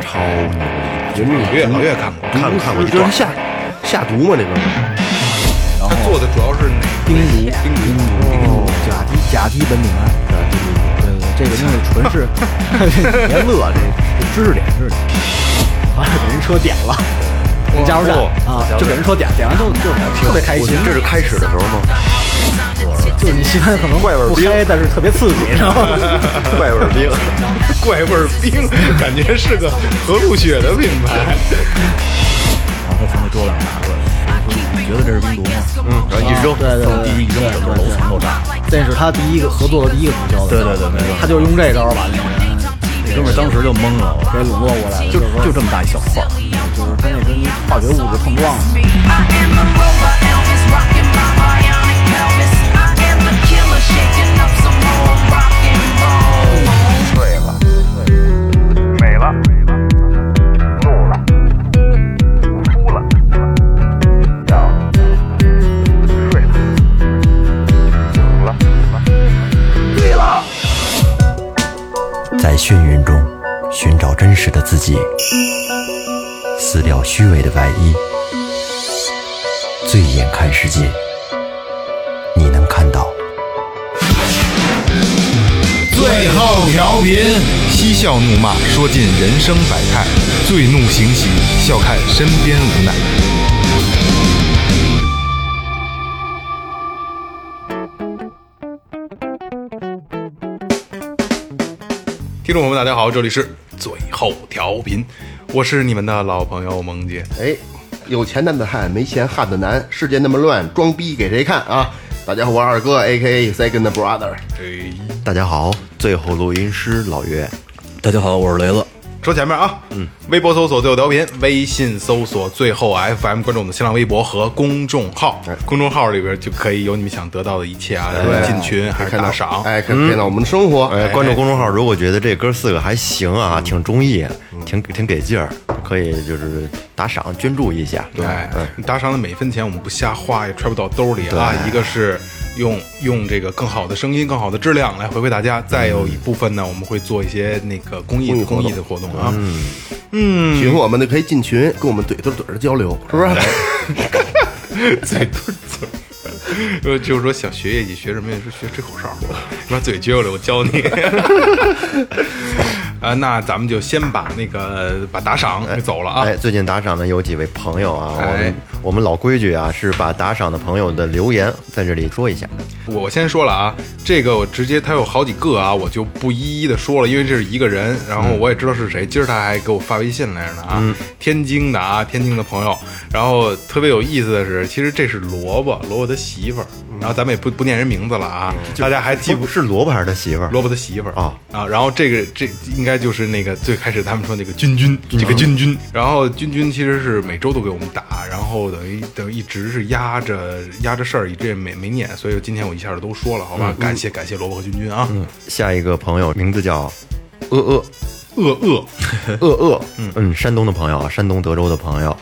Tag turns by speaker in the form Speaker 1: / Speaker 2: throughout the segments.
Speaker 1: 超牛逼，
Speaker 2: 人家
Speaker 1: 老岳老岳看过，看看过一
Speaker 2: 就是
Speaker 1: 段。
Speaker 2: 下下毒嘛，那边
Speaker 3: 他做的主要是哪
Speaker 4: 丁尼，丁尼，丁尼，甲基甲基苯丙胺，对对对，这个东西纯是，别乐，这这知识点知识点，完了给人车点了，给加油站啊，就给人车点，点完之后就特别开
Speaker 2: 我
Speaker 4: 心
Speaker 2: 哎觉得，这是开始的时候吗？
Speaker 4: 就是你现在可能
Speaker 2: 怪味儿
Speaker 4: 不嗨，但是特别刺激，你知道吗？
Speaker 2: 怪味儿冰，
Speaker 3: 怪味儿冰，感觉是个和路雪的品牌。
Speaker 4: 然后从那桌子上拿出来，我说你觉得这是冰毒吗？
Speaker 2: 嗯，然后一扔，
Speaker 4: 对对对
Speaker 2: 从第一一扔，整个楼层爆炸。
Speaker 4: 这是他第一个合作的第一个毒枭，
Speaker 5: 对对对没错
Speaker 4: 他就用这招把那个人
Speaker 5: 哥们儿当时就懵了，
Speaker 4: 给笼络过来了，
Speaker 5: 就
Speaker 4: 就是说
Speaker 5: 就这么大一小块儿，
Speaker 4: 就是他那跟化学物质碰撞了。
Speaker 6: 醉了，美了，怒了，哭了，笑了，睡了，醒了。
Speaker 7: 在眩晕中寻找真实的自己，撕掉虚伪的外衣，醉眼看世界，你能看到。
Speaker 3: 最后调频，嬉笑怒骂，说尽人生百态；醉怒行喜，笑看身边无奈。听众朋友们，大家好，这里是最后调频，我是你们的老朋友萌姐。
Speaker 2: 哎，有钱男子汉，没钱汉子难。世界那么乱，装逼给谁看啊？大家好，我是二哥，A K A Second Brother。
Speaker 3: 哎，
Speaker 8: 大家好，最后录音师老岳，
Speaker 5: 大家好，我是雷子。
Speaker 3: 说前面啊，嗯，微博搜索最后调频，微信搜索最后 FM，关注我们的新浪微博和公众号，公众号里边就可以有你们想得到的一切啊，进群还
Speaker 2: 可以
Speaker 3: 是
Speaker 2: 看到
Speaker 3: 打赏，
Speaker 2: 哎，可以看到我们的生活。
Speaker 8: 哎，关注公众号，如果觉得这哥四个还行啊，
Speaker 3: 嗯
Speaker 8: 挺中意，挺挺给劲儿，可以就是打赏捐助一下。
Speaker 3: 哎，打赏的每一分钱我们不瞎花，也揣不到兜里啊。一个是用用这个更好的声音、更好的质量来回馈大家，再有一部分呢，我们会做一些那个公益公益的活动啊。
Speaker 2: 群我们的可以进群，跟我们怼着怼着交流，哎是不是？
Speaker 3: 嘴嘟嘴。呃， 就是说想学业绩，学什么呀？是学吹口哨， 你把嘴撅过来，我教你。 啊，那咱们就先把那个把打赏给走了啊。
Speaker 8: 哎，最近打赏的有几位朋友啊，我
Speaker 3: 哎
Speaker 8: 们我们老规矩啊，是把打赏的朋友的留言在这里说一下。
Speaker 3: 我我先说了啊，这个我直接他有好几个啊，我就不一一的说了，因为这是一个人，然后我也知道是谁。今儿他还给我发微信来着呢啊，天津的啊，天津的朋友。然后特别有意思的是，其实这是萝卜，萝卜他媳妇儿。然后咱们也不不念人名字了啊，大家还记
Speaker 8: 不
Speaker 3: 不
Speaker 8: 是萝卜还是他媳妇儿？
Speaker 3: 萝卜他媳妇儿
Speaker 8: 啊
Speaker 3: 啊，然后这个这应该就是那个最开始他们说那个君君，这个君君，然后君君其实是每周都给我们打，然后等于等于一直是压着压着事儿，一直也没没念，所以今天我一下就都说了，好吧，感谢感谢萝卜和君君啊，
Speaker 8: 下一个朋友名字叫呃 呃
Speaker 3: 恶恶，
Speaker 8: 呃呃，嗯，山东的朋友啊，山东德州的朋友，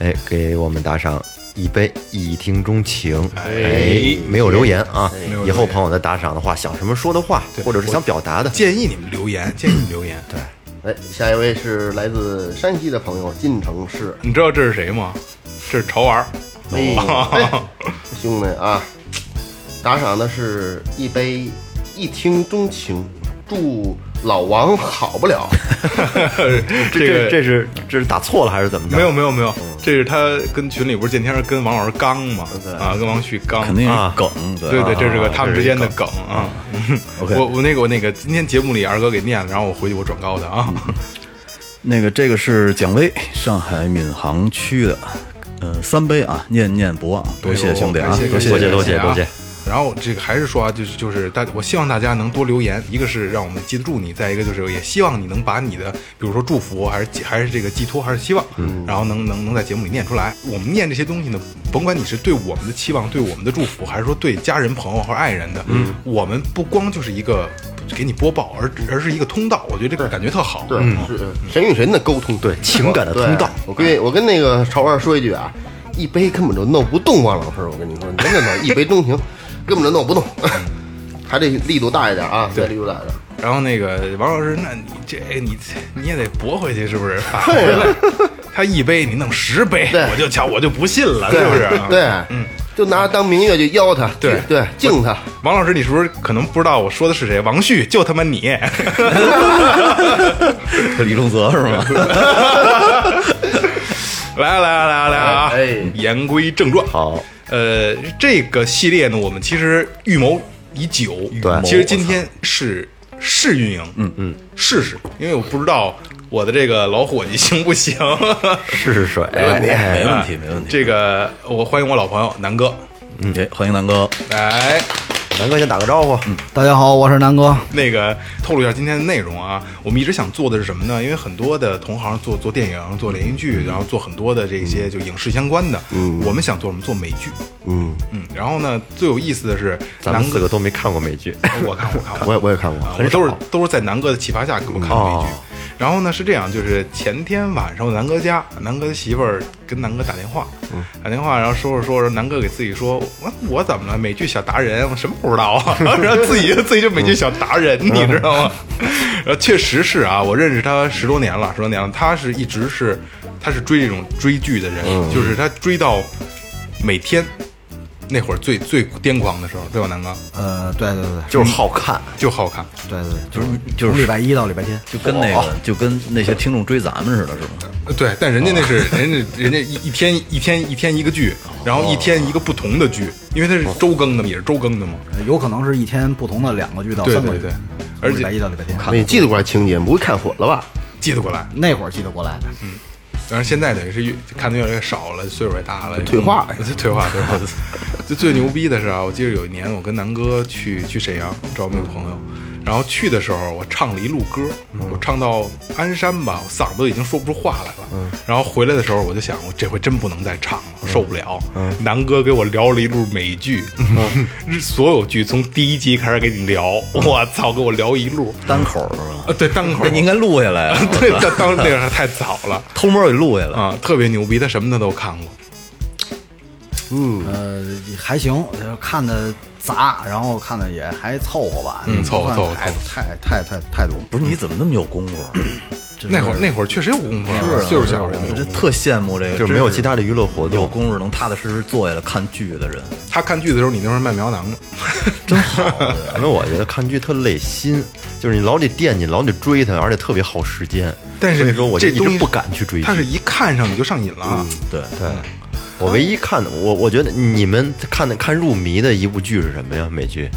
Speaker 8: 哎，给我们打赏一杯一听钟情，哎，没有留言啊
Speaker 3: 没有留，言
Speaker 8: 以后朋友在打赏的话，想什么说的话，或者是想表达的，
Speaker 3: 建议你们留言，建议你们留言，对，
Speaker 2: 哎，下一位是来自山西的朋友金城市，
Speaker 3: 你知道这是谁吗？这是潮玩儿，
Speaker 2: 哎，
Speaker 3: 哦
Speaker 2: 哎 兄弟啊，打赏的是一杯一听钟情，祝老王好不了。
Speaker 3: 这个
Speaker 8: 这是这是打错了还是怎么着？
Speaker 3: 没有没有没有，这是他跟群里不是见天儿跟王老师刚嘛，啊，跟王旭刚，
Speaker 5: 肯定
Speaker 8: 啊
Speaker 5: 是梗，
Speaker 3: 对对，
Speaker 8: 啊
Speaker 3: 这是个他们之间的
Speaker 8: 这
Speaker 3: 梗啊。
Speaker 5: OK
Speaker 3: 我我那个我那个，今天节目里二哥给念了，然后我回去我转告他啊。
Speaker 5: 那个这个是蒋威，上海闵行区的，呃，三杯啊，念念博啊，多谢兄弟啊
Speaker 3: 感谢，
Speaker 5: 多
Speaker 3: 谢
Speaker 5: 谢
Speaker 8: 多谢
Speaker 3: 感啊
Speaker 8: 多谢多谢。
Speaker 3: 然后这个还是说啊，就是就是大，我希望大家能多留言，一个是让我们记得住你，再一个就是也希望你能把你的，比如说祝福，还是寄还是这个寄托，还是希望，然后能能能在节目里念出来。我们念这些东西呢，甭管你是对我们的期望，对我们的祝福，还是说对家人、朋友或者爱人的，我们不光就是一个给你播报，而而是一个通道。我觉得这个感觉特好。
Speaker 2: 对，是神与神的沟通，对
Speaker 8: 情感的通道。
Speaker 2: 我跟我跟那个潮儿说一句啊，一杯根本就弄不动王老师，我跟你说， 真的呢，一杯钟情根本就弄不动，还得力度大一点啊，再力度大一点。
Speaker 3: 然后那个王老师，那你这你你也得驳回去，是不是？返回来，他一杯你弄十杯，
Speaker 2: 对
Speaker 3: 我就瞧我就不信了，
Speaker 2: 对
Speaker 3: 是不是？
Speaker 2: 对，嗯，就拿他当明月去邀他，
Speaker 3: 对
Speaker 2: 对，敬他，
Speaker 3: 王老师，你是不是可能不知道我说的是谁？王旭，就他妈 你，
Speaker 5: 李仲泽是吗？
Speaker 3: 来啊来啊来啊来啊！
Speaker 2: 哎
Speaker 3: 言归正传，
Speaker 8: 好，
Speaker 3: 呃，这个系列呢，我们其实预谋已久。
Speaker 8: 对
Speaker 3: 其实今天是试运营，嗯嗯，试试，因为我不知道我的这个老伙计行不 行。
Speaker 8: 试试水，
Speaker 5: 没
Speaker 8: 哎
Speaker 5: 问题，没问题。
Speaker 3: 这个我欢迎我老朋友南哥，哎
Speaker 5: 哎，欢迎南哥，
Speaker 3: 来，
Speaker 8: 南哥先打个招呼，
Speaker 4: 大家好，我是南哥。
Speaker 3: 那个透露一下今天的内容啊。我们一直想做的是什么呢？因为很多的同行做做电影、做连续剧，然后做很多的这
Speaker 5: 嗯
Speaker 3: 些就影视相关的。嗯，我们想做什么？做美剧。
Speaker 2: 嗯，
Speaker 3: 嗯，然后呢，最有意思的是
Speaker 8: 咱
Speaker 3: 南
Speaker 8: 们四
Speaker 3: 哥，
Speaker 8: 个都没看过美剧，
Speaker 3: 我看我看我看
Speaker 2: 我也我也看过，
Speaker 3: 啊，我都是都是在南哥的启发下给我看的美剧。
Speaker 8: 哦
Speaker 3: 然后呢是这样，就是前天晚上我南哥家，南哥的媳妇儿跟南哥打电话，打电话，然后说着说着，南哥给自己说，我我怎么了？美剧小达人，我什么不知道啊？ 然后自己就自己就美剧小达人，你知道吗？ 然后确实是啊，我认识他十多年了，十多年了，他是一直是他是追这种追剧的人，就是他追到每天。那会儿最最癫狂的时候，对吧，南哥？
Speaker 4: 呃，对对对，
Speaker 8: 就是好看，
Speaker 3: 就好看，
Speaker 4: 对对，对
Speaker 5: 就是就
Speaker 4: 从礼
Speaker 5: 是
Speaker 4: 拜一到礼拜天，
Speaker 5: 就跟那个就跟那些听众追咱们似的，是吗？
Speaker 3: 对，但人家
Speaker 4: 哦
Speaker 3: 那是、人家人家一一天一天一天一个剧，然后一天一个不同的剧，因为它是
Speaker 4: 哦
Speaker 3: 周更的嘛，也是周更的嘛。
Speaker 4: 有可能是一天不同的两个剧到
Speaker 3: 对
Speaker 4: 哦三个
Speaker 3: 对
Speaker 4: 剧
Speaker 3: 对，
Speaker 4: 从
Speaker 3: 而
Speaker 4: 礼拜一
Speaker 3: 且
Speaker 4: 到礼拜天。
Speaker 2: 你记得过来情节，不会看混了吧？
Speaker 3: 记得过来。
Speaker 4: 那会儿记得过来的，
Speaker 3: 但是现在等于是越看的越来越少了，岁数也大了，
Speaker 2: 退化
Speaker 3: 嗯， 退化，退化。就最牛逼的是啊，我记得有一年我跟南哥去去沈阳找我们一个朋友，然后去的时候我唱了一路歌，我唱到鞍山吧，我嗓子都已经说不出话来了。然后回来的时候我就想，我这回真不能再唱了，受不了。南哥给我聊了一路美剧，日所有剧从第一集开始给你聊，我操，给我聊一路。
Speaker 5: 单口是吗？
Speaker 3: 啊，对，单口
Speaker 5: 那，你应该录下来啊，
Speaker 3: 对，当当时那个太早了。
Speaker 5: 偷摸给录下来。
Speaker 3: 啊，特别牛逼，他什么他都看过。嗯
Speaker 4: 呃，还行，就是看的杂，然后看的也还凑合吧，
Speaker 3: 嗯凑合凑合
Speaker 4: 太太太太太多了。
Speaker 5: 不是你怎么那么有功夫啊？
Speaker 3: 那会儿那会儿确实有功夫啊，岁数小
Speaker 5: 我
Speaker 3: 人。
Speaker 5: 这特羡慕这个，
Speaker 8: 就是没有其他的娱乐活
Speaker 5: 有
Speaker 8: 动，
Speaker 5: 功夫能踏踏实实坐下来看剧的人，
Speaker 3: 他看剧的时候，你那会儿卖苗囊呢。
Speaker 5: 真好。
Speaker 8: 因为我觉得看剧特累心，就是你老得惦记，老得追它，而且特别耗时间。
Speaker 3: 但是
Speaker 8: 所以说，我就
Speaker 3: 这
Speaker 8: 一
Speaker 3: 东
Speaker 8: 直
Speaker 3: 西
Speaker 8: 不敢去追剧。
Speaker 3: 他是一看上你就上瘾了。啊
Speaker 5: 对，
Speaker 8: 对，我唯一看的，我我觉得你们看的看入迷的一部剧是什么呀？美剧？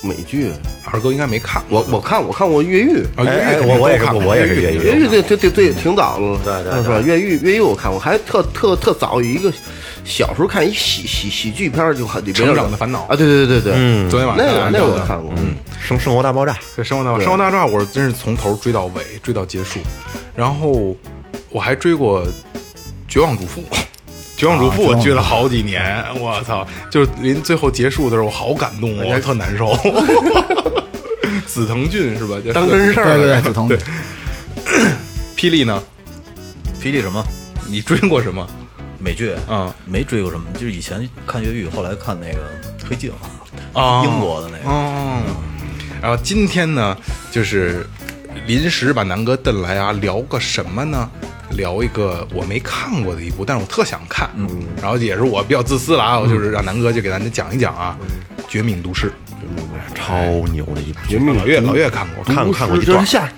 Speaker 2: 美剧，
Speaker 3: 二哥应该没看过，
Speaker 2: 我我看我看过《越狱》，
Speaker 3: 啊越狱
Speaker 8: 哎哎
Speaker 3: 肯定
Speaker 8: 我我也
Speaker 3: 都看
Speaker 8: 是
Speaker 3: 过
Speaker 8: 我也是越狱
Speaker 2: 越狱这这这这挺早了，对对是吧？越狱越狱我看过，还特特特早有一个小时候看一喜喜喜剧片儿就很里边有
Speaker 3: 成长的烦恼
Speaker 2: 啊，对对对对，
Speaker 8: 嗯
Speaker 3: 昨天晚
Speaker 2: 那
Speaker 3: 上啊
Speaker 2: 个那个我
Speaker 3: 看
Speaker 2: 看
Speaker 3: 过。
Speaker 2: 过，嗯
Speaker 8: 生生活大爆炸，
Speaker 3: 对《生活大爆炸》，《啊生活大爆炸》我真是从头追到尾，追到结束。然后我还追过《绝望主妇》， 《啊绝望主妇》我追了好几年，我操！就是临最后结束的时候，我好感动，我特难 受。紫藤俊是吧？叫
Speaker 2: 当真事儿
Speaker 4: 对对对，
Speaker 2: 了，
Speaker 4: 紫藤，
Speaker 3: 对 霹雳呢？
Speaker 5: 霹雳什么
Speaker 3: 你追过什么？
Speaker 5: 美剧
Speaker 3: 嗯，
Speaker 5: 没追过什么，就是以前看越狱，后来看那个黑镜，
Speaker 3: 啊
Speaker 5: 英国的那个。
Speaker 3: 哦，然后今天呢，就是临时把南哥瞪来啊，聊个什么呢？聊一个我没看过的一部，但是我特想看。嗯，然后也是我比较自私了啊，我就是让南哥就给咱讲一讲啊，
Speaker 4: 嗯
Speaker 3: 绝命毒师》。
Speaker 8: 超牛的一部剧。嗯
Speaker 3: 老岳老岳看过，看
Speaker 8: 看
Speaker 3: 过。
Speaker 8: 看过一
Speaker 2: 这
Speaker 8: 段
Speaker 2: 是，下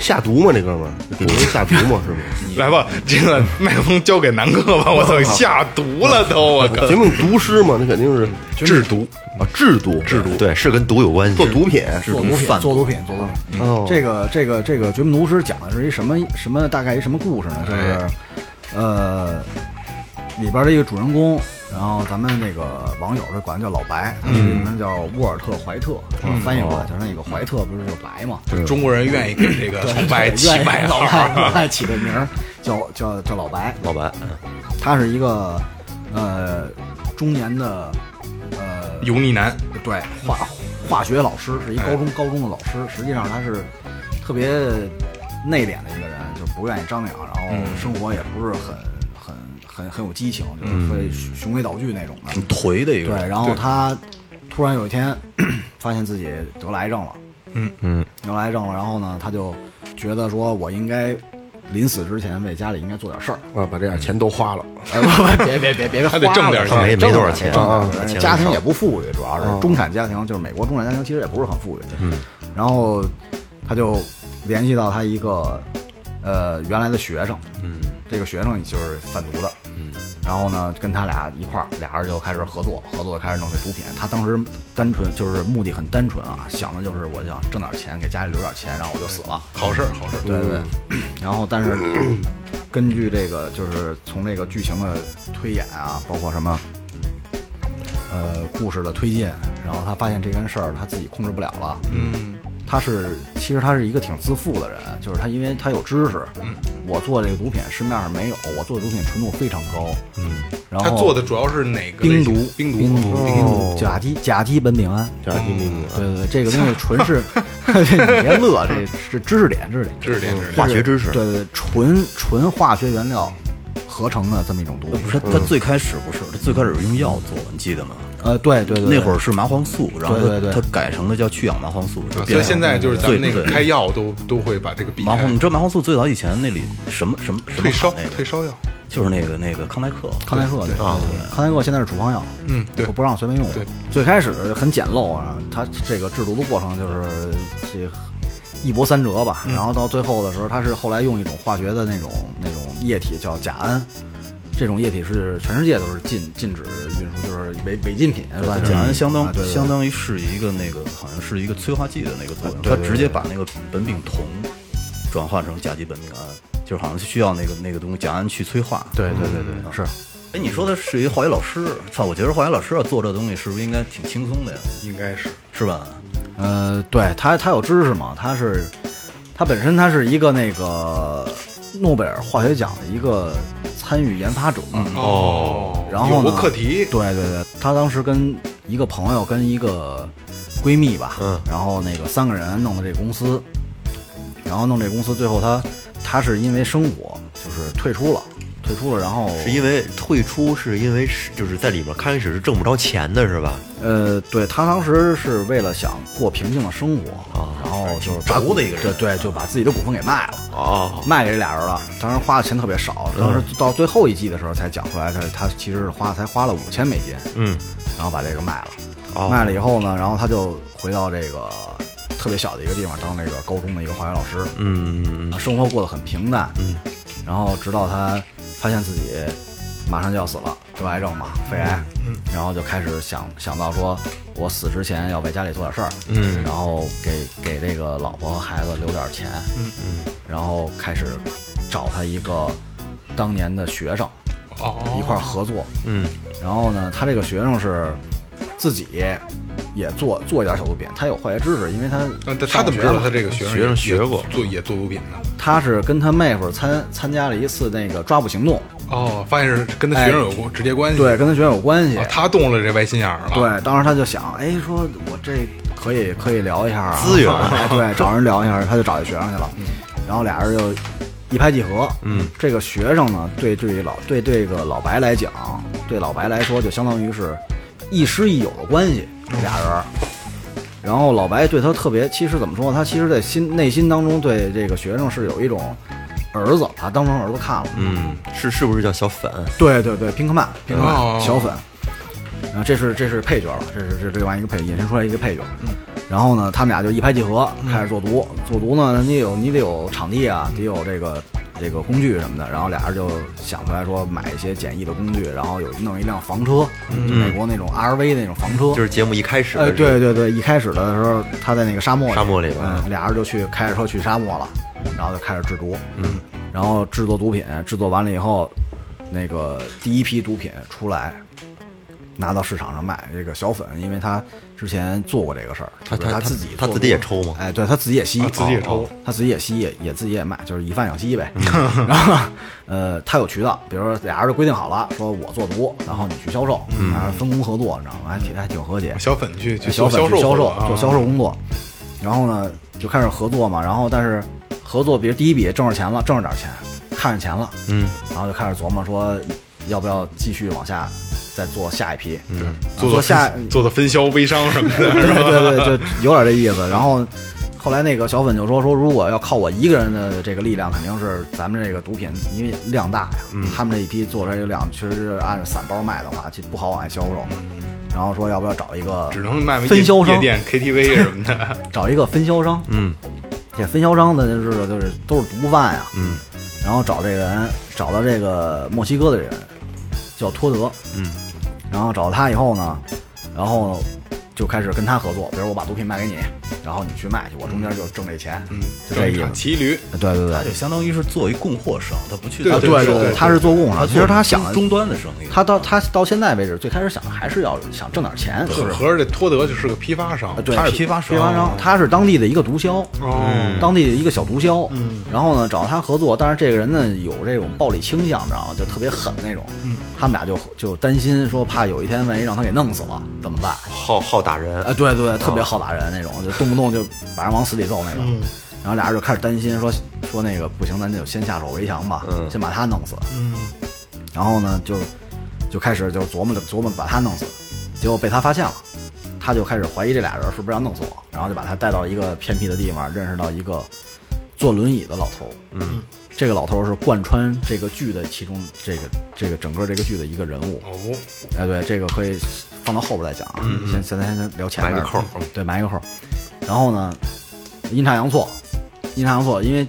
Speaker 2: 下毒吗？这哥们儿，这主人下毒吗？是吗？
Speaker 3: 来吧，
Speaker 4: 嗯
Speaker 3: 这个麦克风交给南哥吧，我操，下毒了都，我靠，
Speaker 2: 绝命毒师嘛，那肯定是
Speaker 3: 制毒。
Speaker 2: 啊，制毒制毒
Speaker 8: 对，是跟毒有关系。
Speaker 2: 做毒品，
Speaker 5: 是
Speaker 4: 做
Speaker 5: 毒
Speaker 4: 毒品，
Speaker 5: 贩
Speaker 4: 做毒品，做毒品。
Speaker 2: 哦
Speaker 4: 这个这个这个《绝命毒师》讲的是一什么什么大概一什么故事呢？就是
Speaker 3: 哎，
Speaker 4: 呃，里边的一个主人公，然后咱们那个网友这管他叫老白，他是
Speaker 3: 嗯
Speaker 4: 名叫沃尔特·怀特，翻译过
Speaker 3: 哦
Speaker 4: 来就是那个怀特，不是就白嘛？
Speaker 3: 中国人愿意给这个老白起
Speaker 4: 愿意
Speaker 3: 外
Speaker 4: 老
Speaker 3: 号
Speaker 4: 白老
Speaker 3: 儿，
Speaker 4: 白起的名儿叫叫叫老白，
Speaker 8: 老板，
Speaker 4: 他是一个呃中年的呃
Speaker 3: 油腻男。
Speaker 4: 对化化学老师，是一高中高中的老师，实际上他是特别内敛的一个人，就不愿意张扬，然后生活也不是很很很很有激情，就是会循规蹈矩那种的。
Speaker 5: 颓的一个
Speaker 4: 对，
Speaker 5: 人，
Speaker 4: 然后他突然有一天发现自己得了癌症了，
Speaker 3: 嗯
Speaker 8: 嗯，
Speaker 4: 得了癌症了，然后呢，他就觉得说我应该临死之前为家里应该做点事儿。
Speaker 2: 啊，把这点钱都花了，
Speaker 4: 哎别别别别，
Speaker 3: 还得挣点钱
Speaker 4: 花了啊
Speaker 8: 没没多少钱
Speaker 4: 挣点
Speaker 8: 啊啊
Speaker 4: 家庭也不富裕，主要是中产家庭，就是美国中产家庭其实也不是很富裕。嗯，然后他就联系到他一个呃原来的学生，嗯，这个学生就是贩毒的，嗯，然后呢跟他俩一块儿，俩人就开始合作，合作开始弄这毒品。他当时单纯就是目的很单纯啊，想的就是我想挣点钱给家里留点钱，然后我就死了。
Speaker 3: 好事儿，好事儿。
Speaker 4: 对对。嗯然后，但是根据这个，就是从这个剧情的推演啊，包括什么，呃，故事的推进，然后他发现这件事儿他自己控制不了了。嗯。他是，其实他是一个挺自负的人，就是他，因为他有知识。嗯。我做这个毒品市面上没有，我做的毒品纯度非常高。嗯。然后
Speaker 3: 他做的主要是哪个类型
Speaker 4: 冰毒，
Speaker 3: 冰毒，哦
Speaker 4: 冰毒，冰毒，甲基甲基苯丙胺。
Speaker 2: 这样听听
Speaker 4: 啊
Speaker 3: 啊
Speaker 4: 对对对，这个东西 纯是， 你别乐，这是知识点，知识点，
Speaker 3: 知识点，知识点。
Speaker 5: 化学知识。
Speaker 4: 对对，对纯纯化学原料合成的这么一种毒
Speaker 5: 呃
Speaker 4: 品
Speaker 5: 不。是，他他最开始不是，他最开始是用药做，你记得吗？
Speaker 4: 呃，对对对，对
Speaker 5: 那会儿是麻黄素，然后
Speaker 4: 对对对
Speaker 5: 他改成了叫去氧麻黄素，就
Speaker 3: 啊所以
Speaker 5: 变成
Speaker 3: 现在就是咱们那个
Speaker 5: 最
Speaker 3: 开药都都会把这个避
Speaker 5: 麻黄，
Speaker 3: 开
Speaker 5: 你，知道麻黄素最早以前那里什么什么什么
Speaker 3: 退烧
Speaker 5: 喊那
Speaker 3: 退
Speaker 5: 个，
Speaker 3: 烧药，
Speaker 5: 就是那个那个康泰克，
Speaker 4: 康泰克对啊，康泰克现在是处方药，
Speaker 3: 嗯对
Speaker 4: 不不让随便用。
Speaker 3: 对，
Speaker 4: 最开始很简陋啊，它这个制毒的过程就是这一波三折吧，然后到最后的时候，它是后来用一种化学的那种那种液体叫甲胺。这种液体是全世界都是禁禁止运输，就是违违禁品，算是
Speaker 3: 嗯
Speaker 5: 甲胺相
Speaker 4: 啊
Speaker 5: 当
Speaker 4: 对对对
Speaker 5: 相当于是一个那个好像是一个催化剂的那个作用，
Speaker 4: 对
Speaker 5: 它
Speaker 4: 对对
Speaker 5: 直接把那个苯丙酮转化成甲基苯丙胺，就是好像需要那个那个东西甲胺去催化。
Speaker 4: 对对对对，嗯是
Speaker 5: 哎，你说他是一化学老师，操，我觉得化学老师要做这东西是不是应该挺轻松的呀？
Speaker 3: 应该是
Speaker 5: 是吧？
Speaker 4: 呃，对他，他有知识嘛？他是，他本身他是一个那个诺贝尔化学奖的一个参与研发者。
Speaker 3: 哦
Speaker 4: 然后呢
Speaker 3: 有过课题，
Speaker 4: 对对对，他当时跟一个朋友跟一个闺蜜吧，嗯，然后那个三个人弄的这公司，然后弄这公司，最后他他是因为生活就是退出了，退出了，然后
Speaker 8: 是因为退出是因为是就是在里面开始是挣不着钱的是吧？
Speaker 4: 呃，对他当时是为了想过平静的生活，
Speaker 8: 啊
Speaker 4: 然后就是
Speaker 5: 挺
Speaker 4: 把
Speaker 5: 轴
Speaker 4: 股
Speaker 5: 的一个人
Speaker 4: 对对，就把自己的股份给卖了。
Speaker 8: 哦，嗯
Speaker 4: 卖给这俩人了，当时花的钱特别少，当时到最后一季的时候才讲出来，他他其实是花才花了五千美金，
Speaker 8: 嗯，
Speaker 4: 然后把这个卖了，
Speaker 8: 哦
Speaker 4: 卖了以后呢，然后他就回到这个特别小的一个地方当那个高中的一个化学老师，
Speaker 8: 嗯，
Speaker 4: 生活过得很平淡，嗯，然后直到他发现自己马上就要死了，得癌症嘛，肺癌，嗯，然后就开始想想到说，我死之前要为家里做点事儿，嗯，然后给给这个老婆和孩子留点钱，嗯嗯，然后开始找他一个当年的学生，
Speaker 3: 哦
Speaker 4: 一块儿合作，嗯，然后呢，他这个学生是自己也做做一点小毒品，他有化学知识，因为他
Speaker 3: 那他嗯他
Speaker 4: 上
Speaker 3: 怎么
Speaker 4: 学
Speaker 3: 知道
Speaker 4: 嘛
Speaker 3: 他这个学生
Speaker 8: 学生
Speaker 3: 也
Speaker 8: 学过
Speaker 3: 也做也做毒品呢？
Speaker 4: 他是跟他妹夫儿参参加了一次那个抓捕行动，
Speaker 3: 哦，发现是跟他学生有过直接关系，
Speaker 4: 哎对，跟他学生有关系
Speaker 3: 哎哦，。他动了这歪心眼儿了，，
Speaker 4: 对，当时他就想，哎，说我这可以可以聊一下啊，
Speaker 8: 资源
Speaker 4: 哎 对，找人聊一下，他就找一学生去了，然后俩人就一拍即合。嗯，这个学生呢，对对于老对这个老白来讲，对老白来说，就相当于是亦师亦友的关系，俩人儿。然后老白对他特别，其实怎么说呢？他其实在心内心当中对这个学生是有一种儿子，把他当成儿子看了。
Speaker 8: 嗯，是是不是叫小粉？
Speaker 4: 对对对，宾克曼，宾克曼、
Speaker 3: 哦
Speaker 4: 小粉，然后这是这是配角了，这是这是另外一个配引申出来一个配角。然后呢，他们俩就一拍即合，开始做毒。做毒呢，你得有你得有场地啊，得有这个这个工具什么的。然后俩人就想出来说买一些简易的工具，然后有弄一辆房车，就美国那种 RV 那种房车，
Speaker 8: 就是节目一开始的
Speaker 4: 哎，
Speaker 8: 是
Speaker 4: 对对对，一开始的时候他在那个沙漠
Speaker 8: 沙漠里边
Speaker 4: 嗯，俩人就去开着车去沙漠了，然后就开始制毒，嗯，然后制作毒品，制作完了以后，那个第一批毒品出来。拿到市场上卖，这个小粉，因为他之前做过这个事儿，
Speaker 8: 他
Speaker 4: 就是他
Speaker 8: 他
Speaker 4: 自己
Speaker 8: 他
Speaker 4: 做
Speaker 8: 自己也抽吗
Speaker 4: 哎，对他自己也吸，
Speaker 3: 啊
Speaker 4: 哦
Speaker 3: 自己也抽，
Speaker 4: 他自己也吸，也也自己也卖，就是以贩养吸呗。
Speaker 8: 嗯
Speaker 4: 然后，呃，他有渠道，比如说俩人就规定好了，说我做毒，然后你去销售，
Speaker 8: 嗯
Speaker 4: 俩人分工合作，你知道吗？还挺还挺和谐。
Speaker 3: 小粉去去
Speaker 4: 小
Speaker 3: 做销
Speaker 4: 粉
Speaker 3: 售
Speaker 4: 去销售
Speaker 3: 啊
Speaker 4: 做销售工作，然后呢就开始合作嘛，然后但是合作，比如第一笔挣着钱了，挣着点钱，看着钱了，嗯，然后就开始琢磨说要不要继续往下再做下一批，嗯，
Speaker 3: 做
Speaker 4: 做
Speaker 3: 做
Speaker 4: 下
Speaker 3: 做的分销微商什么的，
Speaker 4: 对对对，就有点这意思。然后后来那个小粉就说说，如果要靠我一个人的这个力量，肯定是咱们这个毒品，因为量大呀，他们这一批做出来这个量，其实是按散包卖的话，就不好往外销售。然后说要不要找一个
Speaker 3: 只能卖
Speaker 4: 分销
Speaker 3: 夜
Speaker 4: 商，
Speaker 3: 店、KTV 什么的。
Speaker 4: 找一个分销商，
Speaker 8: 嗯，
Speaker 4: 这分销商的就是就是都是毒贩呀，嗯，然后找这个人，找到这个墨西哥的人叫托德，嗯，然后找到他以后呢，然后就开始跟他合作，比如我把毒品卖给你，然后你去卖去，我中间就挣这钱，嗯，就 这
Speaker 3: 对，
Speaker 4: 意思
Speaker 3: 场。骑驴，
Speaker 4: 对对对
Speaker 5: 他就相当于是做一供货商，他不去
Speaker 3: 对
Speaker 5: 做
Speaker 4: 啊，
Speaker 5: 这个
Speaker 4: 对
Speaker 5: 售后
Speaker 4: 对，他啊是做供
Speaker 5: 他
Speaker 4: 上，
Speaker 5: 做
Speaker 4: 其实他想
Speaker 5: 终终端的生意，
Speaker 4: 他到他到现在为止，最开始想的还是要想挣点钱，就
Speaker 3: 合
Speaker 4: 是
Speaker 3: 合着这托德就是个批发商
Speaker 4: 呃，对，
Speaker 5: 啊他是批发商哦
Speaker 4: 批发商，他是当地的一个毒枭，嗯
Speaker 3: 哦
Speaker 4: 当地的一个小毒枭，
Speaker 5: 嗯
Speaker 4: 然后呢找他合作，但是这个人呢有这种暴力倾向，知道吗？就特别狠那种，
Speaker 5: 嗯
Speaker 4: 他们俩就就担心说怕有一天万一让他给弄死了怎么办？
Speaker 8: 好好打人
Speaker 4: 哎，对对，特别好打人那种，就动不动就把人往死里揍那种。然后俩人就开始担心说说那个不行，咱就先下手为强吧，先把他弄死。嗯，然后呢就就开始就琢磨着琢磨把他弄死，结果被他发现了，他就开始怀疑这俩人是不是要弄死我，然后就把他带到一个偏僻的地方，认识到一个坐轮椅的老头。嗯。这个老头是贯穿这个剧的其中这个这个整个这个剧的一个人物，
Speaker 3: 哦，
Speaker 4: 哎，对，这个可以放到后边再讲啊。先现在先聊前面
Speaker 8: 嗯埋个扣，嗯
Speaker 4: 对，埋个扣。然后呢，阴差阳错，阴差阳错，因为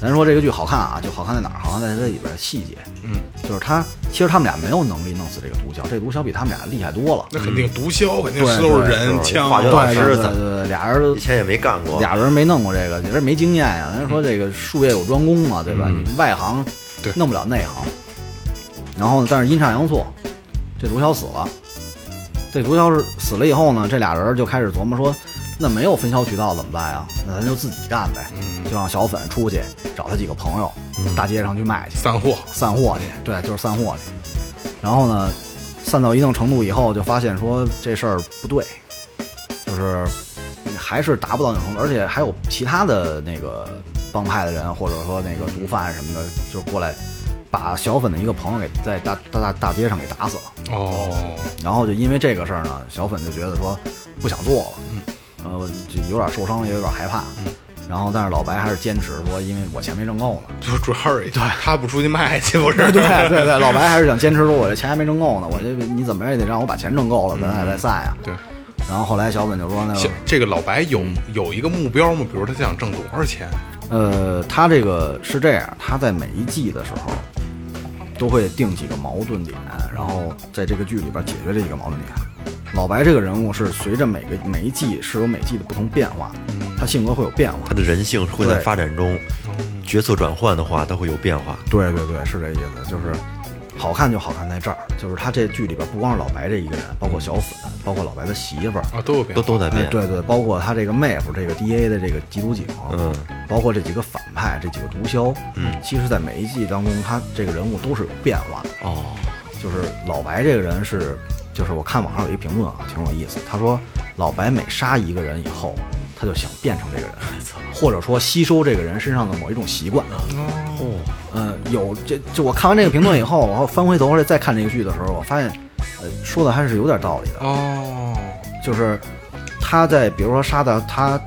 Speaker 4: 咱说这个剧好看啊，就好看在哪儿？好看在这里边的细节。嗯，就是他，其实他们俩没有能力弄死这个毒枭，这毒枭比他们俩厉害多了。
Speaker 3: 那肯定毒枭，肯定
Speaker 4: 对
Speaker 3: 都是
Speaker 4: 对
Speaker 3: 人枪啊
Speaker 8: 化学
Speaker 3: 对
Speaker 8: 老
Speaker 4: 对对
Speaker 8: 师
Speaker 4: 对
Speaker 8: 咱
Speaker 4: 对，俩人
Speaker 8: 以前也没干过，
Speaker 4: 俩人没弄过这个，也是没经验呀、人家说这个术业有专攻嘛，对吧？你外行
Speaker 3: 对
Speaker 4: 弄不了内行。然后呢，但是阴差阳错，这毒枭死了。这毒枭是死了以后呢，这俩人就开始琢磨说，那没有分销渠道怎么办呀？那咱就自己干呗，就让小粉出去找他几个朋友，大街上去卖去。
Speaker 3: 散货，
Speaker 4: 散货去，对，就是散货去。然后呢，散到一定程度以后，就发现说这事儿不对，就是还是达不到那种程度，而且还有其他的那个帮派的人，或者说那个毒贩什么的，就过来把小粉的一个朋友给在大大大大街上给打死了。
Speaker 3: 哦，
Speaker 4: 然后就因为这个事儿呢，小粉就觉得说不想做了，呃，就有点受伤，也有点害怕。然后，但是老白还是坚持说，因为我钱没挣够呢。
Speaker 3: 就主要是他不出去卖去，不是？
Speaker 4: 对对对，老白还是想坚持说，我这钱还没挣够呢，我这你怎么着也得让我把钱挣够了，咱俩再散呀。
Speaker 3: 对。
Speaker 4: 啊然后后来小本就说呢，
Speaker 3: 像这个老白有有一个目标吗？比如他想挣多少钱？
Speaker 4: 呃，他这个是这样，他在每一季的时候都会定几个矛盾点，然后在这个剧里边解决这几个矛盾点。老白这个人物是随着每个每一季是有每季的不同变化，他性格会有变化。
Speaker 8: 他的人性会在发展中角色转换的话，它会有变化。
Speaker 4: 对对对，是这意思，就是好看就好看在这儿，就是他这剧里边不光是老白这一个人，包括小粉，包括老白的媳妇儿，
Speaker 3: 啊，都有变
Speaker 8: 都
Speaker 3: 化。
Speaker 8: 都在
Speaker 4: 哎，
Speaker 8: 变。
Speaker 4: 对对，包括他这个妹夫，这个 DA 的这个缉毒警，
Speaker 8: 嗯，
Speaker 4: 包括这几个反派，这几个毒枭，嗯，其实，在每一季当中，他这个人物都是有变化的。
Speaker 8: 哦，
Speaker 4: 就是老白这个人是，就是我看网上有一评论啊，挺有意思，他说老白每杀一个人以后，他就想变成这个人，或者说吸收这个人身上的某一种习惯。哦，呃，有这就我看完这个评论以后，然后翻回头来再看这个剧的时候，我发现，呃，说的还是有点道理的。
Speaker 3: 哦，
Speaker 4: 就是他在比如说杀的他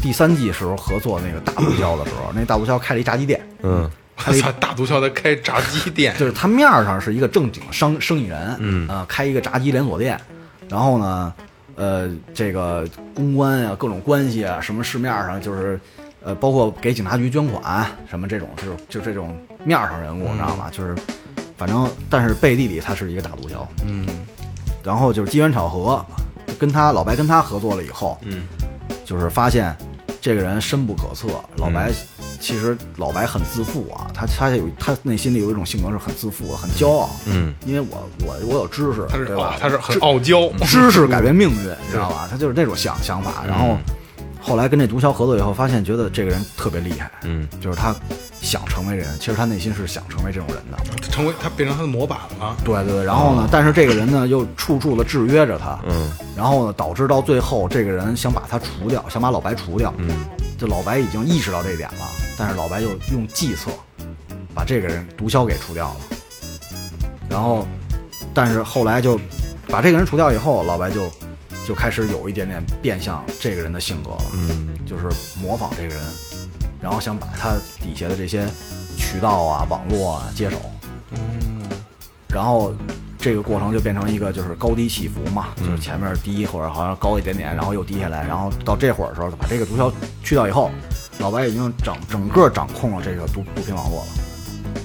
Speaker 4: 第三季时候合作那个大毒枭的时 候，那大毒枭开了一炸鸡店，
Speaker 8: 嗯，
Speaker 3: 我操， 大毒枭在开炸鸡店，
Speaker 4: 就是他面儿上是一个正经商生意人，嗯，呃，开一个炸鸡连锁店，然后呢，呃，这个公关啊，各种关系啊，什么市面上就是，呃，包括给警察局捐款啊什么这种，就是就这种面儿上人物，你知道吗？就是，反正但是背地里他是一个大毒枭，嗯，然后就是机缘巧合，跟他老白跟他合作了以后，嗯，就是发现这个人深不可测。老白、其实老白很自负啊，他他有他内心里有一种性格是很自负、很骄傲。嗯，因为我我我有知识，
Speaker 3: 他是
Speaker 4: 对
Speaker 3: 哦
Speaker 4: 吧？，
Speaker 3: 他是很傲娇，
Speaker 4: 知识改变命 运，你知道吧？他就是那种想想法。然后后来跟这毒枭合作以后，发现觉得这个人特别厉害，嗯，就是他想成为人，其实他内心是想成为这种人的。
Speaker 3: 他成为他变成他的模板了。
Speaker 4: 对对，对，然后呢，但是这个人呢又处处的制约着他，嗯，然后呢，导致到最后这个人想把他除掉，想把老白除掉，嗯，这老白已经意识到这一点了，但是老白又用计策把这个人毒枭给除掉了，然后，但是后来就把这个人除掉以后，老白就就开始有一点点变相这个人的性格了，嗯，就是模仿这个人，然后想把他底下的这些渠道啊、网络啊接手，然后这个过程就变成一个就是高低起伏嘛，就是前面低一会儿好像高一点点，然后又低下来，然后到这会儿的时候把这个毒枭去掉以后，老白已经掌整个掌控了这个毒毒品网络了，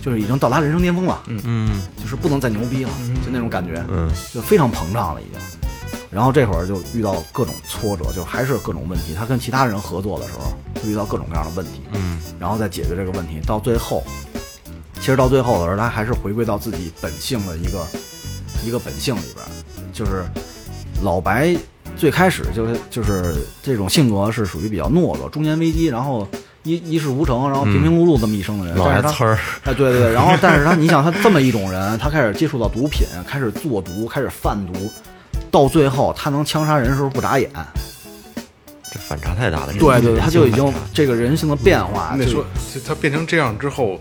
Speaker 4: 就是已经到达人生巅峰了，嗯嗯，就是不能再牛逼了，就那种感觉，嗯，就非常膨胀了已经。然后这会儿就遇到各种挫折，就还是各种问题。他跟其他人合作的时候，就遇到各种各样的问题，嗯，然后再解决这个问题，到最后其实到最后的时候，他还是回归到自己本性的一个一个本性里边儿，就是老白最开始就是就是这种性格是属于比较懦弱，中年危机，然后一一事无成，然后平平庸碌这么一生的人，
Speaker 8: 老
Speaker 4: 但
Speaker 8: 爱
Speaker 4: 是他
Speaker 8: 呲儿，
Speaker 4: 哎，对对对，然后但是他，你想他这么一种人，他开始接触到毒品，开始做毒，开始贩毒，到最后他能枪杀人的时候不眨眼，
Speaker 8: 这反差太大了。这
Speaker 4: 对对，对他就已
Speaker 8: 这
Speaker 4: 经这个人性的变化，
Speaker 3: 你
Speaker 4: 就
Speaker 3: 得说，就他变成这样之后，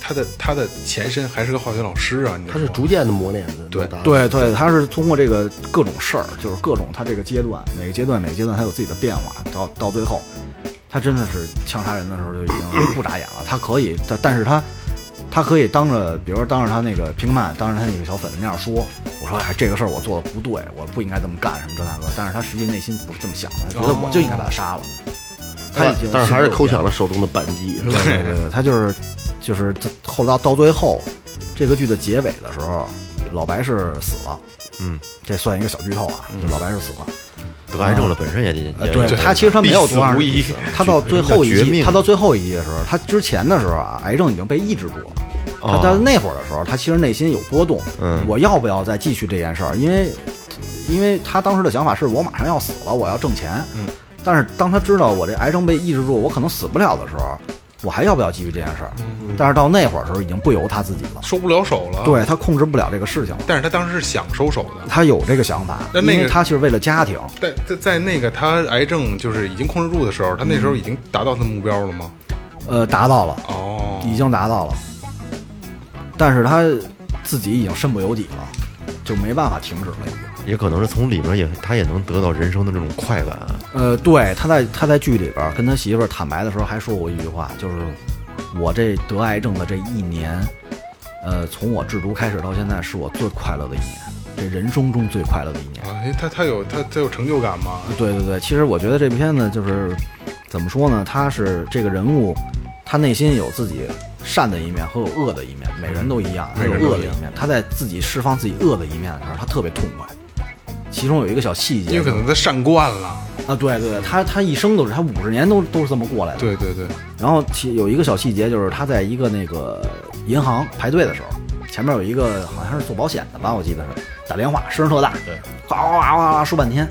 Speaker 3: 他的他的前身还是个化学老师啊，你得
Speaker 2: 他是
Speaker 3: 说
Speaker 2: 逐渐的磨练的，啊
Speaker 3: 对
Speaker 2: 达到
Speaker 4: 对对，他是通过这个各种事儿，就是各种他这个阶段，每个阶段每个阶段他有自己的变化，到到最后，他真的是枪杀人的时候就已经不眨眼了。他可以，但但是他他可以当着，比如说当着他那个评判，当着他那个小粉的面说，我说哎这个事儿我做的不对，我不应该这么干什么这那个，但是他实际内心不是这么想的，他觉得我就应该把他杀了。他已经
Speaker 2: 但是还是
Speaker 4: 心有
Speaker 2: 扣
Speaker 4: 变
Speaker 2: 响了嗯手中的扳机，是吧？
Speaker 4: 对对对，他就是就是后到到最后这个剧的结尾的时候，老白是死了，
Speaker 8: 嗯，
Speaker 4: 这算一个小剧透啊，就老白是死了。
Speaker 8: 得癌症了，本身也也
Speaker 4: 呃，
Speaker 8: 也
Speaker 4: 对他其实他没有多
Speaker 3: 必死
Speaker 4: 少
Speaker 3: 无疑，
Speaker 4: 他到最后一
Speaker 8: 绝
Speaker 4: 集，
Speaker 8: 命
Speaker 4: 他到最后一集的时候，他之前的时候啊，癌症已经被抑制住了。他
Speaker 8: 哦
Speaker 4: 到那会儿的时候，他其实内心有波动，
Speaker 8: 嗯
Speaker 4: 我要不要再继续这件事儿？因为，因为他当时的想法是我马上要死了，我要挣钱。嗯，但是当他知道我这癌症被抑制住，我可能死不了的时候，我还要不要继续这件事
Speaker 8: 嗯
Speaker 4: 儿？但是到那会儿的时候，已经不由他自己了，
Speaker 3: 收不了手了。，
Speaker 4: 对他控制不了这个事情了，
Speaker 3: 但是他当时是想收手的。
Speaker 4: 他有这个想法，
Speaker 3: 那那个
Speaker 4: 因为他是为了家庭。
Speaker 3: 在在在那个他癌症就是已经控制住的时候，他那时候已经达到他的目标了吗？
Speaker 4: 呃，达到了，
Speaker 3: 哦，
Speaker 4: 已经达到了，但是他自己已经身不由己了，就没办法停止了，已经。
Speaker 8: 也可能是从里面也他也能得到人生的这种快感。
Speaker 4: 呃，对，他在他在剧里边儿跟他媳妇儿坦白的时候还说过一句话，就是我这得癌症的这一年，呃，从我制毒开始到现在，是我最快乐的一年，这人生中最快乐的一年。
Speaker 3: 啊，哎他他有他他有成就感吗？
Speaker 4: 对对对，其实我觉得这部片子就是怎么说呢？他是这个人物，他内心有自己善的一面和有恶的一面，每人都一
Speaker 3: 嗯
Speaker 4: 样，他有恶的一面。他在自己释放自己恶的一面的时候，他特别痛快。其中有一个小细
Speaker 3: 因
Speaker 4: 节
Speaker 3: 为可能他善惯了。
Speaker 4: 啊，对对，对他他一生都是，他五十年都都是这么过来的。
Speaker 3: 对对对，
Speaker 4: 然后其有一个小细节，就是他在一个那个银行排队的时候，前面有一个好像是做保险的吧，我记得是打电话，声儿特大，对，哗哗哗哗哗说半天。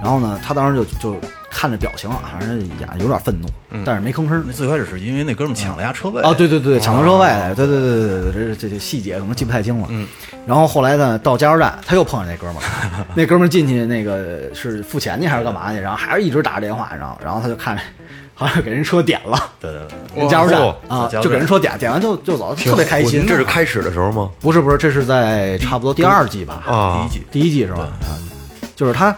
Speaker 4: 然后呢，他当时就就看着表情啊，反正呀有点愤怒，但是没吭声
Speaker 5: 那。最开始是因为那哥们儿抢了家车位
Speaker 4: 啊，对对对，抢到车位来，对对对对对，这这这细节可能记不太清了。嗯，然后后来呢，到加油站他又碰上那哥们儿，那哥们儿进去那个是付钱去还是干嘛去，然后还是一直打着电话，然后然后他就看着 好像给人车点了，
Speaker 5: 对对对，
Speaker 3: 哇
Speaker 4: 加油站
Speaker 3: 哦
Speaker 4: 啊
Speaker 5: 加油，站
Speaker 4: 就给人说点点完就就走，特别开心。
Speaker 8: 这是开始的时候吗？
Speaker 4: 不是不是，这是在差不多第二季吧？
Speaker 8: 啊，
Speaker 5: 第一季
Speaker 4: 第一季是吧？啊，就是他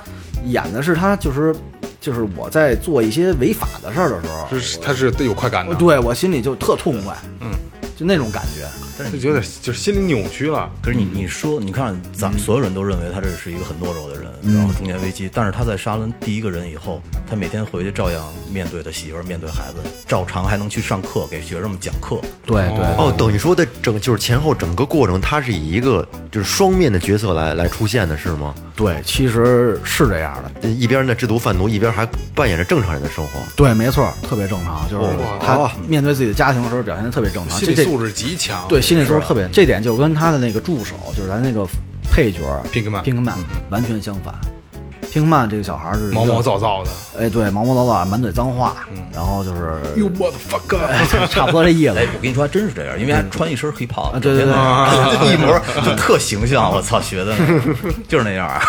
Speaker 4: 演的是他就是就是我在做一些违法的事儿的时候，
Speaker 3: 就是他是有快感的，
Speaker 4: 对我心里就特痛快，嗯，就那种感觉。
Speaker 3: 就有点就是心理扭曲了。
Speaker 5: 可是你你说，你看咱
Speaker 4: 嗯
Speaker 5: 们所有人都认为他这是一个很懦弱的人，然后中年危机，但是他在杀了第一个人以后，他每天回去照样面对他媳妇儿，面对孩子，照常还能去上课，给学生们讲课。
Speaker 4: 对对
Speaker 8: 哦，等于说在整就是前后整个过程，他是以一个就是双面的角色来来出现的，是吗？
Speaker 4: 对，其实是这样的。
Speaker 8: 一边在制毒贩毒，一边还扮演着正常人的生活。
Speaker 4: 对，没错，特别正常。就是
Speaker 3: 哇
Speaker 4: 他面对自己的家庭的时候表现的特别正常，
Speaker 3: 哦心理
Speaker 4: 这这
Speaker 3: 素质啊极强，
Speaker 4: 对，心理素质特别，这点就跟他的那个助手，就是咱那个配角
Speaker 3: Pinkman 嗯
Speaker 4: 平克曼完全相反。平克曼这个小孩儿是
Speaker 3: 毛毛躁
Speaker 4: 躁，
Speaker 3: 嗯躁的。
Speaker 4: 哎，对，毛毛躁躁，满嘴脏话，然后就是
Speaker 3: 哟，我的 fuck！
Speaker 4: 差不多这意思
Speaker 5: 哎，我跟你说，还真是这样，因为还穿一身黑袍，
Speaker 4: 啊对对对
Speaker 5: 对，一模就特形象，我操，学的那就是那样儿。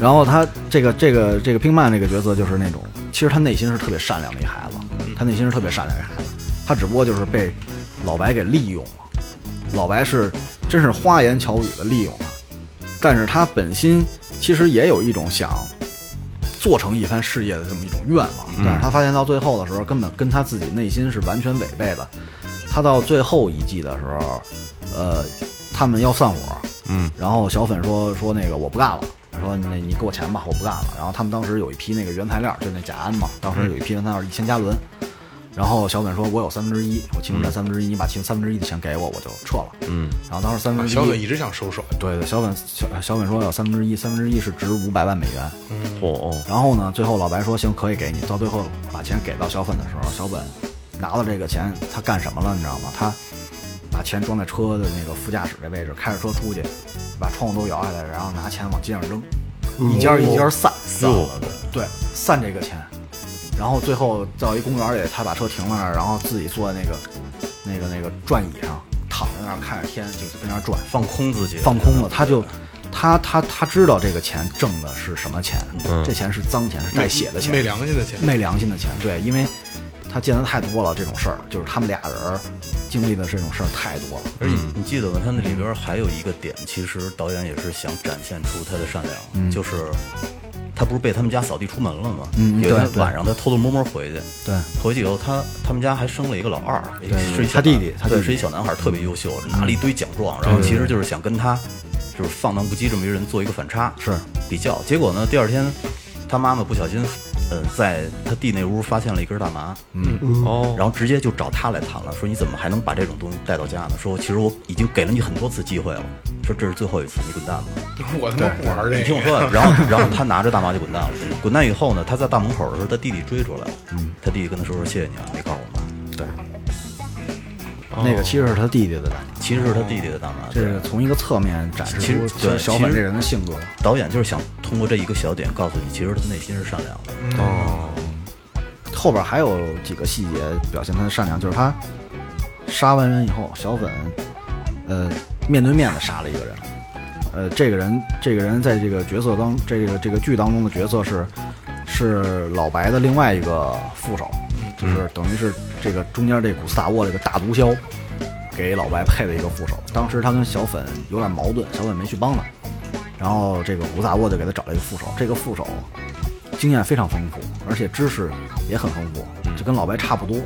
Speaker 4: 然后他这个这个这个冰曼这个角色就是那种，其实他内心是特别善良的一孩子，他内心是特别善良的一孩子，他只不过就是被老白给利用了，老白是真是花言巧语的利用了，但是他本心其实也有一种想做成一番事业的这么一种愿望，但是他发现到最后的时候，根本跟他自己内心是完全违背的。他到最后一季的时候，呃，他们要散伙，嗯，然后小粉说说那个我不干了。说那你给我钱吧，我不干了。然后他们当时有一批那个原材料，就那甲胺嘛，当时有一批原材料一千加仑。然后小本说：“我有三分之一，我其中占三分之一，你把其中三分之一的钱给我，我就撤了。”嗯。然后当时三分之一，
Speaker 3: 啊小本一直想收手，
Speaker 4: 对对，小本小小本说有三分之一，三分之一是值五百万美元。
Speaker 8: 哦哦，
Speaker 4: 然后呢，最后老白说：“行，可以给你。”到最后把钱给到小本的时候，小本拿到这个钱，他干什么了？你知道吗？他把钱装在车的那个副驾驶的位置，开着车出去，把窗户都摇下来，然后拿钱往街上扔，一家一家散。
Speaker 8: 散了的，
Speaker 4: 对，散这个钱，然后最后到一公园里，他把车停在那儿，然后自己坐在那个那个那个转椅上，躺在那儿看着天，就在那儿转，
Speaker 5: 放空自己，
Speaker 4: 放空了，他就。他他他知道这个钱挣的是什么钱，这钱是脏钱，是带血的钱，
Speaker 3: 没良心的钱，
Speaker 4: 昧良心的钱，对，因为他见得太多了这种事儿，就是他们俩人儿经历的这种事儿太多了。
Speaker 5: 而且你记得吗？他那里边还有一个点，其实导演也是想展现出他的善良，就是他不是被他们家扫地出门了吗？
Speaker 4: 嗯
Speaker 5: 有一
Speaker 4: 对
Speaker 5: 天
Speaker 4: 对
Speaker 5: 晚上他偷偷摸摸回去，
Speaker 4: 对，
Speaker 5: 回去以后他他们家还生了一个老二，哎是一小
Speaker 4: 他弟弟
Speaker 5: 男孩
Speaker 4: 他弟弟
Speaker 5: 对，是一小男孩，特别优秀，拿了一堆奖状，然后其实就是想跟他就是放荡不羁这么一个人做一个反差，
Speaker 4: 是
Speaker 5: 比较。结果呢，第二天他妈妈不小心。呃，在他弟那屋发现了一根大麻，
Speaker 4: 嗯
Speaker 8: 哦，
Speaker 5: 然后直接就找他来谈了，说你怎么还能把这种东西带到家呢？说其实我已经给了你很多次机会了，说这是最后一次，你滚蛋吧。
Speaker 3: 我他妈不玩这
Speaker 5: 你听我
Speaker 3: 个，
Speaker 5: 说，啊然后然后他拿着大麻就滚蛋了。滚蛋以后呢，他在大门口的时候，他弟弟追出来了，
Speaker 4: 嗯
Speaker 5: 他弟弟跟他说说谢谢你啊，没告诉我妈。哦
Speaker 4: 那个其实是他弟弟的感觉，
Speaker 5: 其实是他弟弟的大麻，
Speaker 4: 哦这是从一个侧面展示
Speaker 5: 其
Speaker 4: 出
Speaker 5: 实
Speaker 4: 其
Speaker 5: 对
Speaker 4: 实小
Speaker 5: 其
Speaker 4: 本
Speaker 5: 实
Speaker 4: 这人的性格。
Speaker 5: 导演就是想通过这一个小点告诉你，其实他内心是善良的。
Speaker 4: 后边还有几个细节表现他的善良，就是他杀完人以后，小粉呃面对面的杀了一个人，呃，这个人这个人在这个角色当这个这个剧当中的角色是是老白的另外一个副手，
Speaker 5: 嗯
Speaker 4: 就是等于是这个中间这古斯塔沃这个大毒枭给老白配了一个副手。当时他跟小粉有点矛盾，小粉没去帮他，然后这个古斯塔沃就给他找了一个副手，这个副手经验非常丰富，而且知识也很丰富，
Speaker 8: 嗯
Speaker 4: 就跟老白差不多，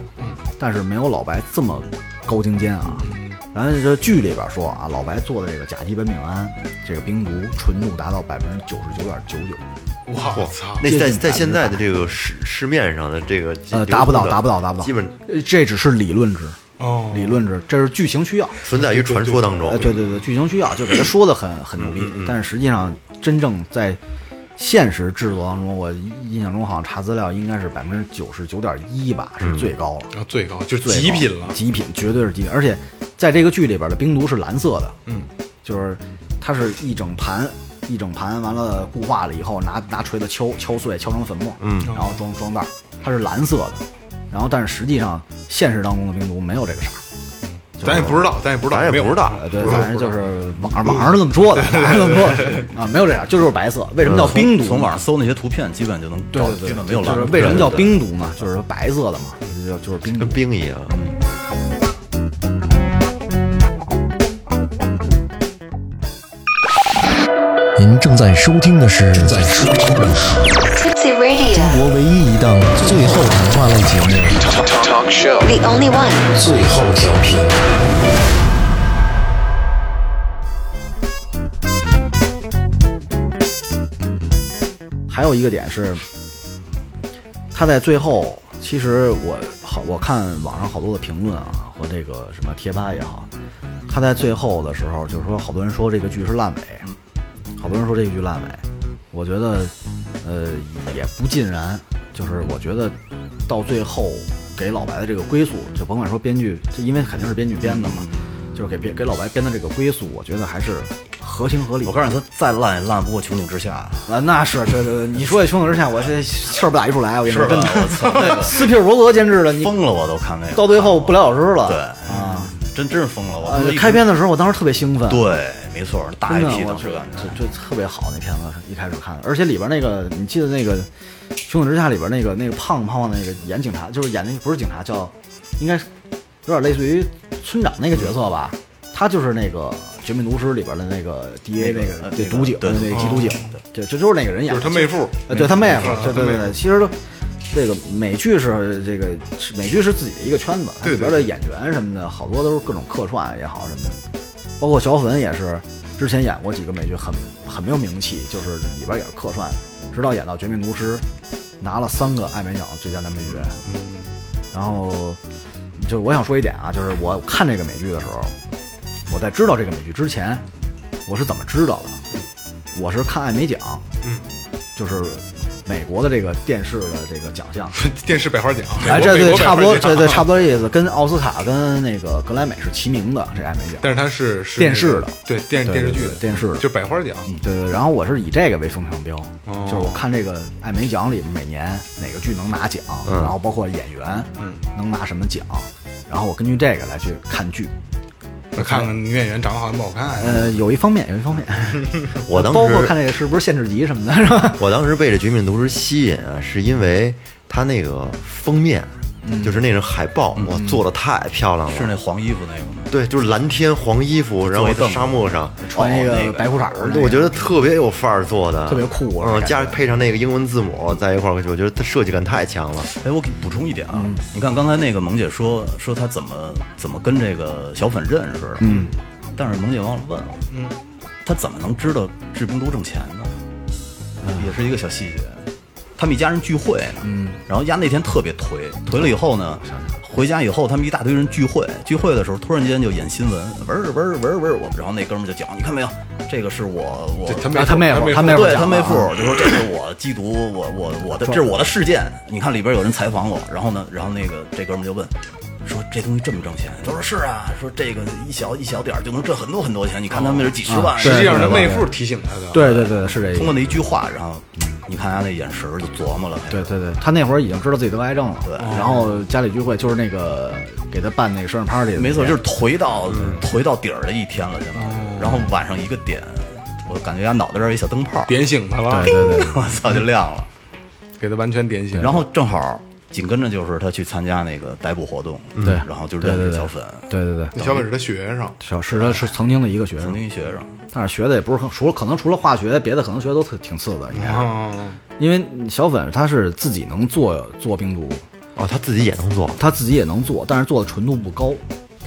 Speaker 4: 但是没有老白这么高精尖啊。
Speaker 8: 嗯
Speaker 4: 然后这剧里边说啊，老白做的这个甲基苯丙胺这个冰毒纯度达到百分之九十九点九九，
Speaker 3: 我操！
Speaker 8: 那
Speaker 4: 接
Speaker 8: 在
Speaker 4: 近
Speaker 8: 在
Speaker 4: 百分
Speaker 8: 现
Speaker 4: 之
Speaker 8: 在
Speaker 4: 百
Speaker 8: 的这个市市面上的这个
Speaker 4: 呃，
Speaker 8: 流
Speaker 4: 达不
Speaker 8: 通
Speaker 4: 到，
Speaker 8: 的
Speaker 4: 达不到，达不到，
Speaker 8: 基本
Speaker 4: 呃这只是理论值，
Speaker 3: 哦
Speaker 4: 理论值，这是剧情需要。
Speaker 8: 存在于传说当中
Speaker 4: 呃，。对对对，剧情需要就给他说的很很牛
Speaker 3: 嗯
Speaker 4: 逼，但是实际上真正在现实制作当中，我印象中好像查资料应该是百分之九十九点一吧，是最高了。
Speaker 3: 然后最高就是嗯
Speaker 4: 最
Speaker 3: 极
Speaker 4: 高
Speaker 3: 品了，
Speaker 4: 极品绝对是极品。而且在这个剧里边的冰毒是蓝色的，嗯，就是它是一整盘一整盘，完了固化了以后拿拿锤子敲敲碎，敲成粉末，嗯，然后装装袋儿，它是蓝色的。然后但是实际上现实当中的冰毒没有这个色儿。
Speaker 3: 咱也不知道，咱也不知道，
Speaker 8: 咱也
Speaker 3: 没有
Speaker 8: 不知道
Speaker 4: 呃，对，反正就是网上网上是这么说的，网上这么说的啊，没有这样，就是白色。为什么叫冰毒呢？
Speaker 5: 从网上搜那些图片，基本就能
Speaker 4: 对
Speaker 5: 找，
Speaker 4: 对
Speaker 5: 基本
Speaker 4: 对，
Speaker 5: 没有
Speaker 4: 就
Speaker 5: 拦
Speaker 4: 是
Speaker 5: 路。
Speaker 4: 为什么叫
Speaker 5: 对对
Speaker 4: 冰
Speaker 5: 对
Speaker 4: 毒呢？就是说白色的嘛，就就是冰毒
Speaker 8: 跟。冰一样，
Speaker 7: 您正在收听的是正在收听的是
Speaker 9: Tipsy Radio,
Speaker 7: 中国唯一一档最后谈话类节目
Speaker 9: the only one.
Speaker 7: 最后调频。
Speaker 4: 还有一个点是，他在最后，其实我好，我看网上好多的评论啊，和这个什么贴吧也好，他在最后的时候，就是说好多人说这个剧是烂尾，好多人说这个剧烂尾，我觉得，呃，也不尽然，就是我觉得到最后给老白的这个归宿，就甭管说编剧，这因为肯定是编剧编的
Speaker 5: 嗯
Speaker 4: 嘛，就是给编给老白编的这个归宿，我觉得还是合情合理。
Speaker 5: 我告诉你，他再烂也烂不过穹顶之下。
Speaker 4: 啊，那是对对对，你说这穹顶之下，我这气儿不打一处来，我跟你说真的，
Speaker 5: 我操， 那个
Speaker 4: 斯皮尔伯格监制的，你
Speaker 5: 疯了我都看那个，
Speaker 4: 到最后不了了之了。
Speaker 5: 对
Speaker 4: 啊，
Speaker 5: 真真是疯了我
Speaker 4: 呃
Speaker 5: 他妈一。
Speaker 4: 开篇的时候我当时特别兴奋，，
Speaker 5: 对，没错，大
Speaker 4: 真的
Speaker 5: IP
Speaker 4: 我
Speaker 5: 当时
Speaker 4: 觉
Speaker 5: 感
Speaker 4: 得
Speaker 5: 觉。
Speaker 4: 就就特别好那片子，一开始看，而且里边那个你记得那个《穹顶之下》里边那个那个胖胖的那个演警察，就是演那个不是警察，叫应该是有点类似于村长那个角色吧，他就是那个《绝命毒师》里边的那个 D A 那个
Speaker 5: 呃
Speaker 4: 对
Speaker 5: 那个
Speaker 4: 毒警，
Speaker 5: 对哦
Speaker 4: 那个缉毒警，对，这就是那个人演
Speaker 3: 就
Speaker 4: 的，
Speaker 3: 是他妹夫
Speaker 4: 呃，对他妹夫
Speaker 3: 啊，
Speaker 4: 对对
Speaker 3: 他妹
Speaker 4: 对
Speaker 3: 夫
Speaker 4: 对，其实都这个美剧是这个是美剧是自己的一个圈子，它
Speaker 3: 对对
Speaker 4: 里边的演员什么的，好多都是各种客串也好什么的，包括小粉也是之前演过几个美剧很很没有名气，就是里边也是客串，直到演到《绝命毒师》，拿了三个艾美奖最佳男配角，然后就是我想说一点啊，就是我看这个美剧的时候，我在知道这个美剧之前，我是怎么知道的？我是看艾美奖，嗯，就是美国的这个电视的这个奖项，
Speaker 3: 电视百花奖，美国
Speaker 4: 哎，这
Speaker 3: 美
Speaker 4: 对
Speaker 3: 国百
Speaker 4: 差
Speaker 3: 花
Speaker 4: 不多，
Speaker 3: 奖
Speaker 4: 这对差不多这意思，跟奥斯卡跟那个格莱美是齐名的这艾美奖，
Speaker 3: 但是它是是
Speaker 4: 电视的
Speaker 3: 对电
Speaker 4: 对
Speaker 3: 电视
Speaker 4: 对
Speaker 3: 剧
Speaker 4: 对电视的
Speaker 3: 就哦百花奖，
Speaker 4: 嗯，对对。然后我是以这个为风向标，就是我看这个艾美奖里每年哪个剧能拿奖，
Speaker 3: 嗯
Speaker 4: 然后包括演员，嗯，能拿什么奖，然后我根据这个来去看剧。
Speaker 3: 我看看女演员长得好看不好看，
Speaker 4: 呃，有一方面，有一方面，
Speaker 8: 我当时
Speaker 4: 包括看这个是不是限制级什么的，是
Speaker 3: 哦
Speaker 4: 吧？
Speaker 8: 我当时被这《绝命毒师》吸引啊，是因为它那个封面，
Speaker 4: 嗯
Speaker 8: 就是那种海报，
Speaker 5: 嗯
Speaker 8: 哇，做的太漂亮了。
Speaker 5: 是那黄衣服那个吗？
Speaker 8: 对，就是蓝天黄衣服，然后
Speaker 5: 坐一
Speaker 8: 在
Speaker 5: 凳子
Speaker 8: 沙漠上，
Speaker 4: 穿一个
Speaker 5: 那个
Speaker 4: 白裤衩儿那个，
Speaker 8: 我觉得特别有范儿做的，
Speaker 4: 特别酷啊感
Speaker 8: 嗯，
Speaker 4: 觉
Speaker 8: 加配上那个英文字母在一块儿，我觉得它设计感太强了。
Speaker 5: 哎，我给你补充一点啊，你看刚才那个萌姐说说她怎么怎么跟这个小粉认识的，嗯，但是萌姐忘了问了，嗯，她怎么能知道志冰都挣钱呢？也是一个小细节。他们一家人聚会呢，嗯，然后丫那天特别颓，颓了以后呢，回家以后他们一大堆人聚会，聚会的时候突然间就演新闻，文儿文儿文儿文儿，我然后那哥们儿就讲，你看没有，这个是我我
Speaker 3: 这他
Speaker 4: 啊他妹
Speaker 3: 妹
Speaker 4: 夫
Speaker 3: 夫
Speaker 4: 他妹
Speaker 5: 对他
Speaker 4: 讲
Speaker 5: 妹
Speaker 4: 了啊
Speaker 5: 夫就说这是我缉毒，我我我的这是我的事件。你看里边有人采访我，然后呢，然后那个这哥们儿就问，说这东西这么挣钱？他说是啊，说这个一小一小点儿就能挣很多很多钱。你看他们那是几十
Speaker 4: 啊
Speaker 5: 万，
Speaker 4: 哦
Speaker 3: 实际上
Speaker 5: 是
Speaker 3: 是妹夫提醒他的，
Speaker 4: 对对对，是这意
Speaker 5: 通
Speaker 4: 思
Speaker 5: 过。那一句话，然后嗯你看他那眼神儿就琢磨了。
Speaker 4: 对对对，他那会儿已经知道自己得癌症了，对。然后家里聚会就是那个给他办那个生日 party，的
Speaker 5: 没错，
Speaker 4: 那
Speaker 5: 就
Speaker 4: 天
Speaker 5: 是颓到
Speaker 4: 嗯
Speaker 5: 颓到底儿的一天了，现在。
Speaker 4: 哦
Speaker 5: 然后晚上一个点，我感觉他脑袋这儿有一小灯泡，
Speaker 3: 点醒他了，
Speaker 5: 我操就亮了。
Speaker 3: 给他完全点醒。
Speaker 5: 然后正好紧跟着就是他去参加那个逮捕活动，对然后就认识小粉，
Speaker 4: 对对对，
Speaker 3: 那小本是他学生，
Speaker 4: 小是他是曾经的一个学
Speaker 5: 曾
Speaker 4: 生，
Speaker 5: 经一学生，
Speaker 4: 但是学的也不是很，除了可能除了化学，别的可能学的都特挺次的，应该是。
Speaker 5: 哦
Speaker 4: 因为小粉他是自己能做做冰毒，
Speaker 8: 哦，他自己也 能做，
Speaker 4: 他自己也能做，但是做的纯度不高。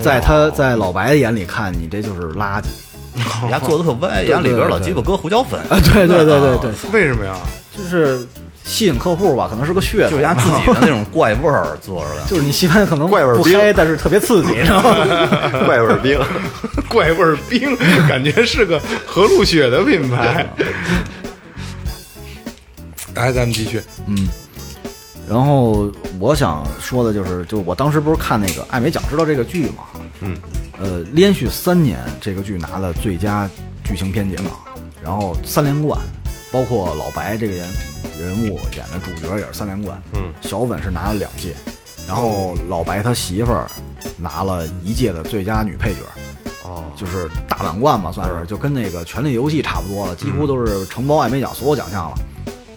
Speaker 4: 在他在老白眼里看，你这就是垃 圾。
Speaker 5: 人家做的特
Speaker 4: 哦
Speaker 5: 歪，人
Speaker 4: 对
Speaker 5: 家里边老
Speaker 4: 对
Speaker 5: 鸡巴搁胡椒粉，
Speaker 4: 啊，对对对对对，
Speaker 3: 为什么呀？
Speaker 4: 就是吸引客户吧，可能是个噱头
Speaker 5: 就是人。家自己的那种怪味儿做出来。
Speaker 4: 就是你吸完可能
Speaker 8: 怪味儿
Speaker 4: 不
Speaker 8: 冰
Speaker 4: 嗨，但是特别刺激，然后
Speaker 8: 怪味儿 冰。
Speaker 3: 怪味儿冰，感觉是个和路雪的品牌。来，咱们继续。
Speaker 4: 然后我想说的就是，就我当时不是看那个艾美奖知道这个剧嘛，嗯，呃，连续三年这个剧拿了最佳剧情片奖，然后三连冠，包括老白这个人人物演的主角也是三连冠，嗯，小粉是拿了两届，然后老白他媳妇儿拿了一届的最佳女配角。
Speaker 8: 哦，
Speaker 4: 就是大满贯吧，算是就跟那个《权力游戏》差不多了，几乎都是承包艾美奖所有奖项了，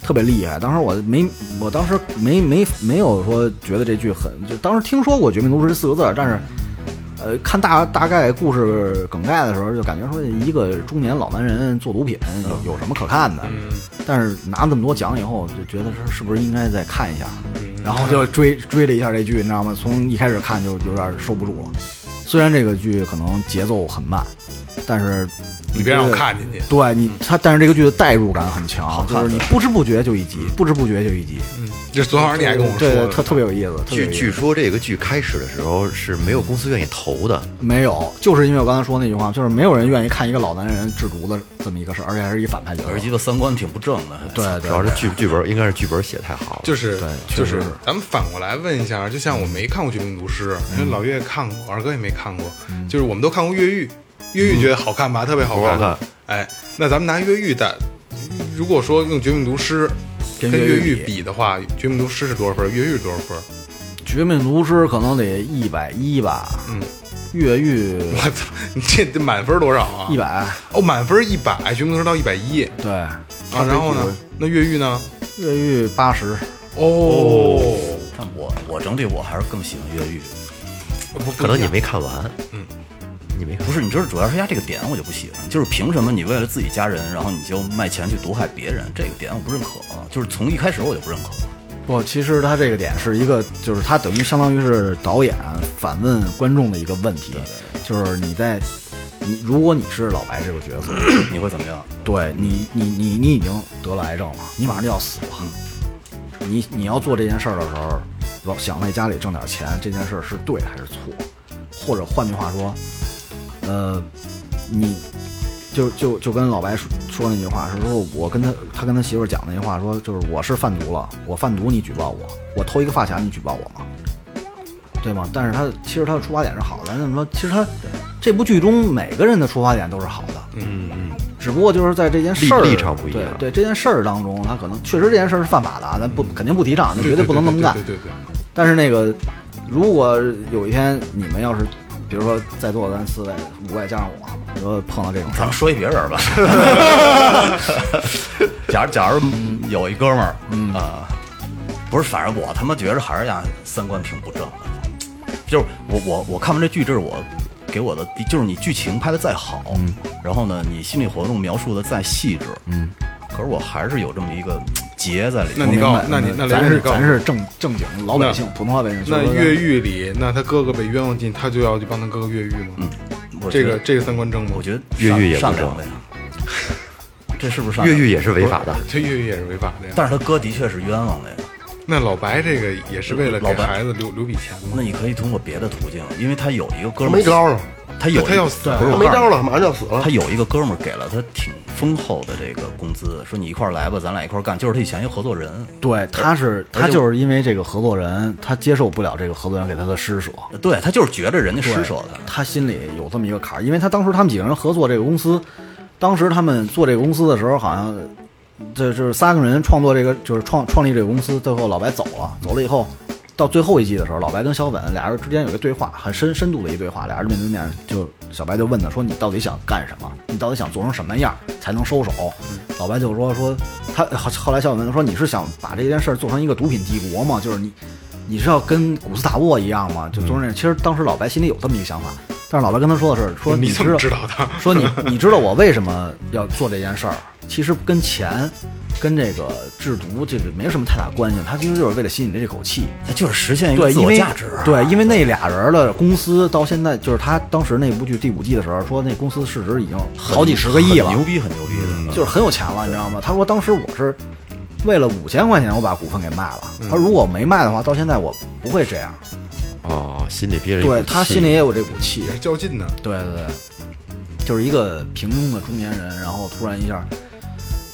Speaker 4: 特别厉害。当时我没，我当时没没没有说觉得这剧很，就当时听说过《绝命毒师》四个字儿，但是，呃，看大大概故事梗概的时候，就感觉说一个中年老男人做毒品
Speaker 3: 嗯
Speaker 4: 有有什么可看的？但是拿那么多奖以后，就觉得说是不是应该再看一下？
Speaker 3: 嗯
Speaker 4: 然后就追追了一下这剧，你知道吗？从一开始看就有点受不住了。虽然这个剧可能节奏很慢，但是
Speaker 3: 你别让我看进去。
Speaker 4: 对你它，但是这个剧的代入感很强，
Speaker 5: 看
Speaker 4: 就是你不知不觉就一集，不知不觉就一集。
Speaker 3: 嗯这昨天晚上你还跟我说
Speaker 4: 对，对
Speaker 3: 的，
Speaker 4: 特特别有意思。特别有
Speaker 8: 据
Speaker 4: 意思
Speaker 8: 据说这个剧开始的时候是没有公司愿意投的，
Speaker 4: 没有，就是因为我刚才说那句话，就是没有人愿意看一个老男人制毒的这么一个事儿，而且还是一反派角色。
Speaker 5: 而鸡巴三观挺不正的，还
Speaker 4: 对
Speaker 8: 主
Speaker 4: 对
Speaker 8: 要是剧剧本应该是剧本写得太好了。
Speaker 3: 就是就
Speaker 4: 确实
Speaker 3: 是
Speaker 4: 是，
Speaker 3: 咱们反过来问一下，就像我没看过《绝命毒师》，因为老岳看过，二哥也没看过，就是我们都看过《越狱》，《越狱》觉得好看吧，特别好看。
Speaker 8: 不好看
Speaker 3: 哎，那咱们拿《越狱》的，如果说用《绝命毒师》跟《
Speaker 4: 越
Speaker 3: 越
Speaker 4: 狱
Speaker 3: 狱》比的话，《绝命毒师》是多少分？《越狱》多少分？
Speaker 4: 绝命毒师可能得一百一吧，
Speaker 3: 嗯，
Speaker 4: 越狱
Speaker 3: 我操，你这这满分多少啊？
Speaker 4: 一百，
Speaker 3: 哦，满分一百，《绝命毒师》到一百一啊。
Speaker 4: 对，
Speaker 3: 然后呢？那《越狱》呢？
Speaker 4: 越狱八十，
Speaker 3: 哦，
Speaker 5: 但我我整体我还是更喜欢越狱，
Speaker 3: 哦不不
Speaker 8: 可能你没看完，你没看
Speaker 5: 不是，你知道，主要是压这个点我就不喜欢，就是凭什么你为了自己家人，然后你就卖钱去毒害别人？这个点我不认可，就是从一开始我就不认可。
Speaker 4: 不，其实他这个点是一个，就是他等于相当于是导演反问观众的一个问题，就是你在，你如果你是老白这个角色，
Speaker 5: 你会怎么样？
Speaker 4: 对你，你你你已经得了癌症了，你马上就要死了，你你要做这件事儿的时候，老想为家里挣点钱，这件事儿是对还是错？或者换句话说，呃，你就就就跟老白说说那句话，是说我跟他他跟他媳妇儿讲那句话，说就是我是贩毒了，我贩毒你举报我，我偷一个发卡你举报我吗？对吗？但是他其实他的出发点是好的，那么说其实他这部剧中每个人的出发点都是好的，嗯嗯，只不过就是在这件事儿
Speaker 8: 立立场不一样
Speaker 4: 对对这件事儿当中，他可能确实这件事儿是犯法的啊，咱不肯定不提倡，那绝不能那么干，
Speaker 3: 对对对对
Speaker 4: 但是那个，如果有一天你们要是，比如说在座的咱四位，五位加上我，比如说碰到这种事
Speaker 5: 咱
Speaker 4: 儿
Speaker 5: 们，说一别人吧。假如假如有一哥们儿，嗯啊、不是，反正我他妈觉着还是呀，三观挺不正的。就是我我我看完这剧，这是我给我的第，就是你剧情拍的再好，然后呢，你心理活动描述的再细致，嗯，可是我还是有这么一个结在里
Speaker 3: 那
Speaker 5: 面。
Speaker 3: 你告
Speaker 4: 明
Speaker 3: 诉
Speaker 4: 白，
Speaker 3: 那你那雷
Speaker 4: 咱
Speaker 3: 人
Speaker 4: 是
Speaker 3: 你告诉
Speaker 4: 咱是正正经老百姓，普通老百姓，
Speaker 3: 那
Speaker 4: 就是说
Speaker 3: 越狱里，那他哥哥被冤枉进，他就要去帮他哥哥越狱
Speaker 5: 嗯
Speaker 3: 吗？
Speaker 5: 我
Speaker 3: 这
Speaker 5: 觉
Speaker 3: 个
Speaker 5: 得
Speaker 3: 这个三观正吗？
Speaker 5: 我觉得
Speaker 8: 越狱也不
Speaker 5: 善
Speaker 8: 正
Speaker 5: 良呗，啊这是不是善
Speaker 8: 越
Speaker 5: 良
Speaker 8: 狱？也是违法的，
Speaker 3: 这越狱也是违法的呀。
Speaker 5: 但是他哥的确是冤枉的呀。
Speaker 3: 那老白这个也是为了给
Speaker 5: 老白
Speaker 3: 孩子留留笔钱吗？
Speaker 5: 那你可以通过别的途径，因为他有一个哥们儿
Speaker 2: 没招
Speaker 4: 啊
Speaker 2: 了，
Speaker 5: 他有一
Speaker 3: 他要死
Speaker 5: 不
Speaker 2: 他
Speaker 5: 是
Speaker 2: 没招
Speaker 5: 了。
Speaker 2: 了，马上就要死了
Speaker 5: 他。有一个哥们儿给了他挺丰厚的这个工资，说你一块儿来吧，咱俩一块儿干。就是他以前一合作人，
Speaker 4: 对，他是
Speaker 5: 而
Speaker 4: 他
Speaker 5: 且
Speaker 4: 就是因为这个合作人，他接受不了这个合作人给他的施舍，
Speaker 5: 对他就是觉着人家施舍
Speaker 4: 对
Speaker 5: 他，
Speaker 4: 他心里有这么一个坎儿，因为他当时他们几个人合作这个公司，当时他们做这个公司的时候，好像这就是三个人创作这个，就是创创立这个公司，最后老白走了，走了以后，到最后一季的时候，老白跟小本俩人之间有一个对话，很深深度的一个对话，俩人面对面就小白就问他说：“你到底想干什么？你到底想做成什么样才能收手？”老白就说：“说他后后来小本问他说：‘你是想把这件事儿做成一个毒品帝国吗？就是你。’”嗯你是要跟古斯塔沃一样吗？就做成那样。其实当时老白心里有这么一个想法，但是老白跟他说的是，说
Speaker 3: 你
Speaker 4: 知
Speaker 3: 怎
Speaker 4: 道
Speaker 3: 么知道的？
Speaker 4: 说你你知道我为什么要做这件事儿？其实跟钱，跟这个制毒这个没什么太大关系，他其实就是为了吸引这口气。
Speaker 5: 他就是实现一个
Speaker 4: 对，
Speaker 5: 自
Speaker 4: 因
Speaker 5: 我
Speaker 4: 为
Speaker 5: 价值。啊
Speaker 4: 对，因为那俩人的公司到现在就是他当时那部剧第五季的时候说，那公司市值已经好几十个亿了嗯
Speaker 5: 很，牛逼，很牛逼的。
Speaker 4: 就是很有钱了，你知道吗？他说当时我是为了五千块钱我把股份给卖了，
Speaker 5: 嗯
Speaker 4: 他说如果我没卖的话，到现在我不会这样。
Speaker 8: 哦，心里憋着一股
Speaker 4: 对他
Speaker 8: 气
Speaker 4: 心里也有这股气
Speaker 3: 也，是较劲呢。
Speaker 4: 对对对，就是一个平庸的中年人，然后突然一下，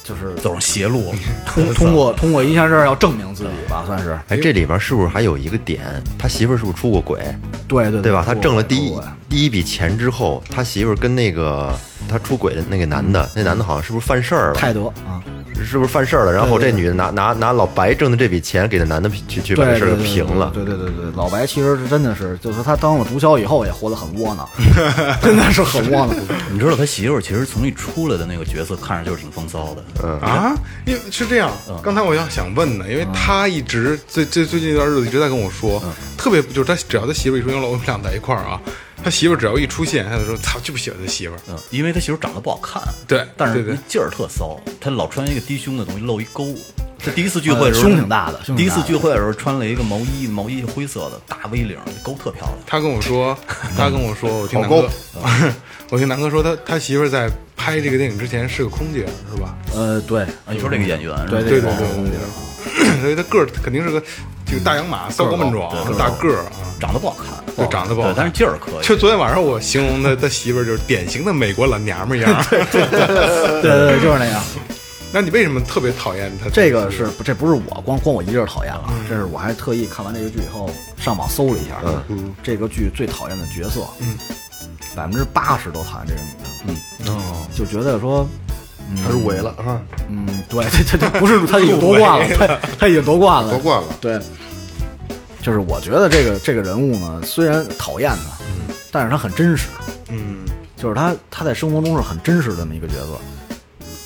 Speaker 4: 就是
Speaker 5: 走上邪路了，
Speaker 4: 通通过通过一件事儿要证明自己吧，算是
Speaker 8: 哎，这里边是不是还有一个点？他媳妇儿是不是出过轨，
Speaker 4: 对对
Speaker 8: 对吧？他挣了第
Speaker 4: 一
Speaker 8: 一第一笔钱之后，他媳妇儿跟那个他出轨的那个男的，那男的好像是不是犯事儿了？
Speaker 4: 泰德啊，
Speaker 8: 是不是犯事儿了？然后这女的拿拿拿老白挣的这笔钱给那男的去去把
Speaker 4: 对对
Speaker 8: 这事
Speaker 4: 对
Speaker 8: 儿
Speaker 4: 对
Speaker 8: 给平了。
Speaker 4: 对对对对，老白其实是真的是，就是他当了毒枭以后也活得很窝囊， 真的是很窝囊。
Speaker 5: 你知道他媳妇儿其实从一出来的那个角色看着就是挺风骚的，
Speaker 4: 嗯
Speaker 3: 啊，因为是这样，
Speaker 5: 嗯
Speaker 3: 刚才我要想问呢，因为他一直最最最近一段日子一直在跟我说，
Speaker 5: 嗯
Speaker 3: 特别就是他只要他媳妇儿一出现了，我们俩在一块儿啊，他媳妇儿只要一出现，他就说操，就不喜欢他媳妇儿。
Speaker 5: 嗯，因为他媳妇儿长得不好看，
Speaker 3: 对
Speaker 5: 但是
Speaker 3: 对对
Speaker 5: 那劲儿特骚，他老穿一个低胸的东西露一沟。他第一次聚会
Speaker 4: 呃
Speaker 5: 的时候，
Speaker 4: 胸挺大的胸挺大的
Speaker 5: 第一次聚会的时候穿了一个毛衣，毛衣是灰色的，大 V 领，沟特漂亮。
Speaker 3: 他跟我说，他跟我说，我听南哥， 我听南哥说，他他媳妇儿在拍这个电影之前是个空姐，是吧？
Speaker 4: 呃，对
Speaker 5: 啊，你说这个演员是吧？
Speaker 4: 对
Speaker 3: 对
Speaker 4: 对
Speaker 3: 对对， 所以他个儿肯定是个这个大洋马、骚高闷壮、大个儿啊。
Speaker 5: 长得不好看，
Speaker 3: 对长得不好看
Speaker 5: 对但是劲儿可以。
Speaker 3: 就昨天晚上我形容他他媳妇儿就是典型的美国老娘们儿样儿。
Speaker 4: 对对对，就是那样。
Speaker 3: 那你为什么特别讨厌他？
Speaker 4: 这个是不这不是我光光我一个人讨厌了，这是我还特意看完这个剧以后上网搜了一下，嗯，这个剧最讨厌的角色，嗯，百分之八十都讨厌这个女的，嗯，哦，就觉得说，
Speaker 2: 他入围了是吧？
Speaker 4: 嗯，对，这这这不是他已经夺冠 了，他他已经夺冠了，
Speaker 2: 夺冠了。
Speaker 4: 对，就是我觉得这个这个人物呢，虽然讨厌他，
Speaker 2: 嗯
Speaker 4: 但是他很真实，
Speaker 3: 嗯，
Speaker 4: 就是他他在生活中是很真实的这么一个角色。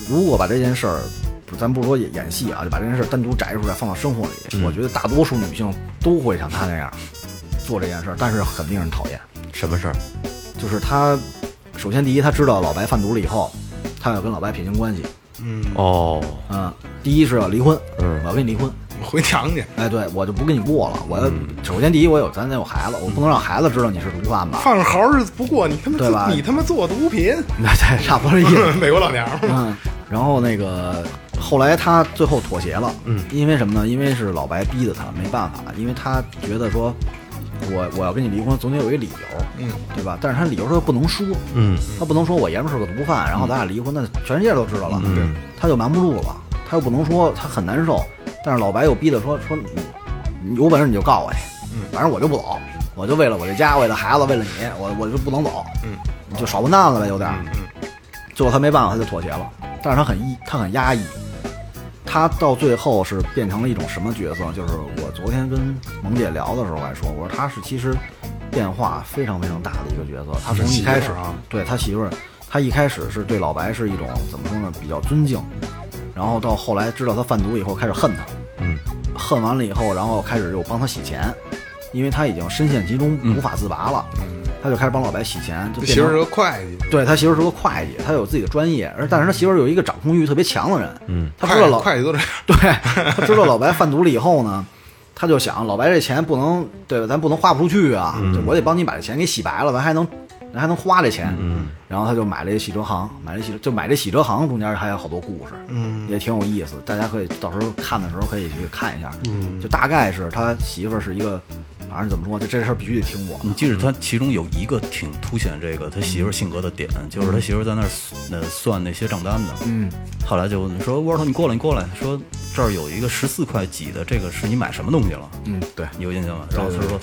Speaker 4: 如果把这件事儿，不咱不说演演戏啊，就把这件事儿单独摘出来放到生活里，
Speaker 2: 嗯
Speaker 4: 我觉得大多数女性都会像他那样做这件事儿，但是肯定是讨厌。
Speaker 8: 什么事儿？
Speaker 4: 就是他首先第一，他知道老白贩毒了以后，他要跟老白撇清关系。
Speaker 8: 哦，
Speaker 4: 嗯，第一是要离婚，
Speaker 8: 嗯
Speaker 4: 我要跟你离婚。
Speaker 3: 回娘家
Speaker 4: 哎，对我就不跟你过了。我要、首先第一，我有咱得有孩子，我不能让孩子知道你是毒贩吧？
Speaker 3: 放着好日子不过，你他妈
Speaker 4: 对吧
Speaker 3: 自你他妈做毒品，
Speaker 4: 那对，差不多这意思。
Speaker 3: 美国老娘们儿
Speaker 4: 嗯， 然后那个后来他最后妥协了，嗯，因为什么呢？因为是老白逼的他，没办法，因为他觉得说，我我要跟你离婚，总得有一个理由，嗯，对吧？但是他理由他不能说，嗯，他不能说我爷们儿是个毒贩，然后咱俩离婚，那全世界都知道了，嗯，他就瞒不住了，他又不能说，他很难受，但是老白又逼的说说你你有本事你就告我去，嗯，反正我就不走，我就为了我这家，为了孩子，为了你，我我就不能走，嗯，就少混蛋了呗，有点儿，最后他没办法，他就妥协了。但是他很抑，他很压抑。他到最后是变成了一种什么角色？就是我昨天跟萌姐聊的时候还说，我说他是其实变化非常非常大的一个角色。他从一开始啊，对他媳妇儿，他一开始是对老白是一种怎么说呢，比较尊敬，然后到后来知道他贩毒以后开始恨他，嗯，恨完了以后，然后开始又帮他洗钱，因为他已经深陷其中无法自拔了，他就开始帮老白洗钱，就变
Speaker 3: 媳妇
Speaker 4: 成
Speaker 3: 儿是个会计，
Speaker 4: 对他媳妇儿是个会计，他有自己的专业，而但是他媳妇儿有一个掌控欲特别强的人，嗯，他知道
Speaker 3: 会
Speaker 4: 老
Speaker 3: 会计都这样。
Speaker 4: 对，他知道老白贩毒了以后呢，他就想老白这钱不能对吧，咱不能花不出去啊，就我得帮你把这钱给洗白了，咱还能咱还能花这钱，嗯，然后他就买了一洗车行，买了洗就买这洗车行中间还有好多故事，嗯，也挺有意思，大家可以到时候看的时候可以去看一下，嗯，就大概是他媳妇儿是一个，反正怎么说，就这事儿必须得听我，
Speaker 5: 你记着，他嗯其中有一个挺凸显这个他媳妇儿性格的点，就是他媳妇儿在那儿呃算那些账单的。嗯，后来就说沃尔特，你过来，你过来，说这儿有一个十四块几的，这个是你买什么东西了？
Speaker 4: 嗯，对，
Speaker 5: 你有印象吗？然后他说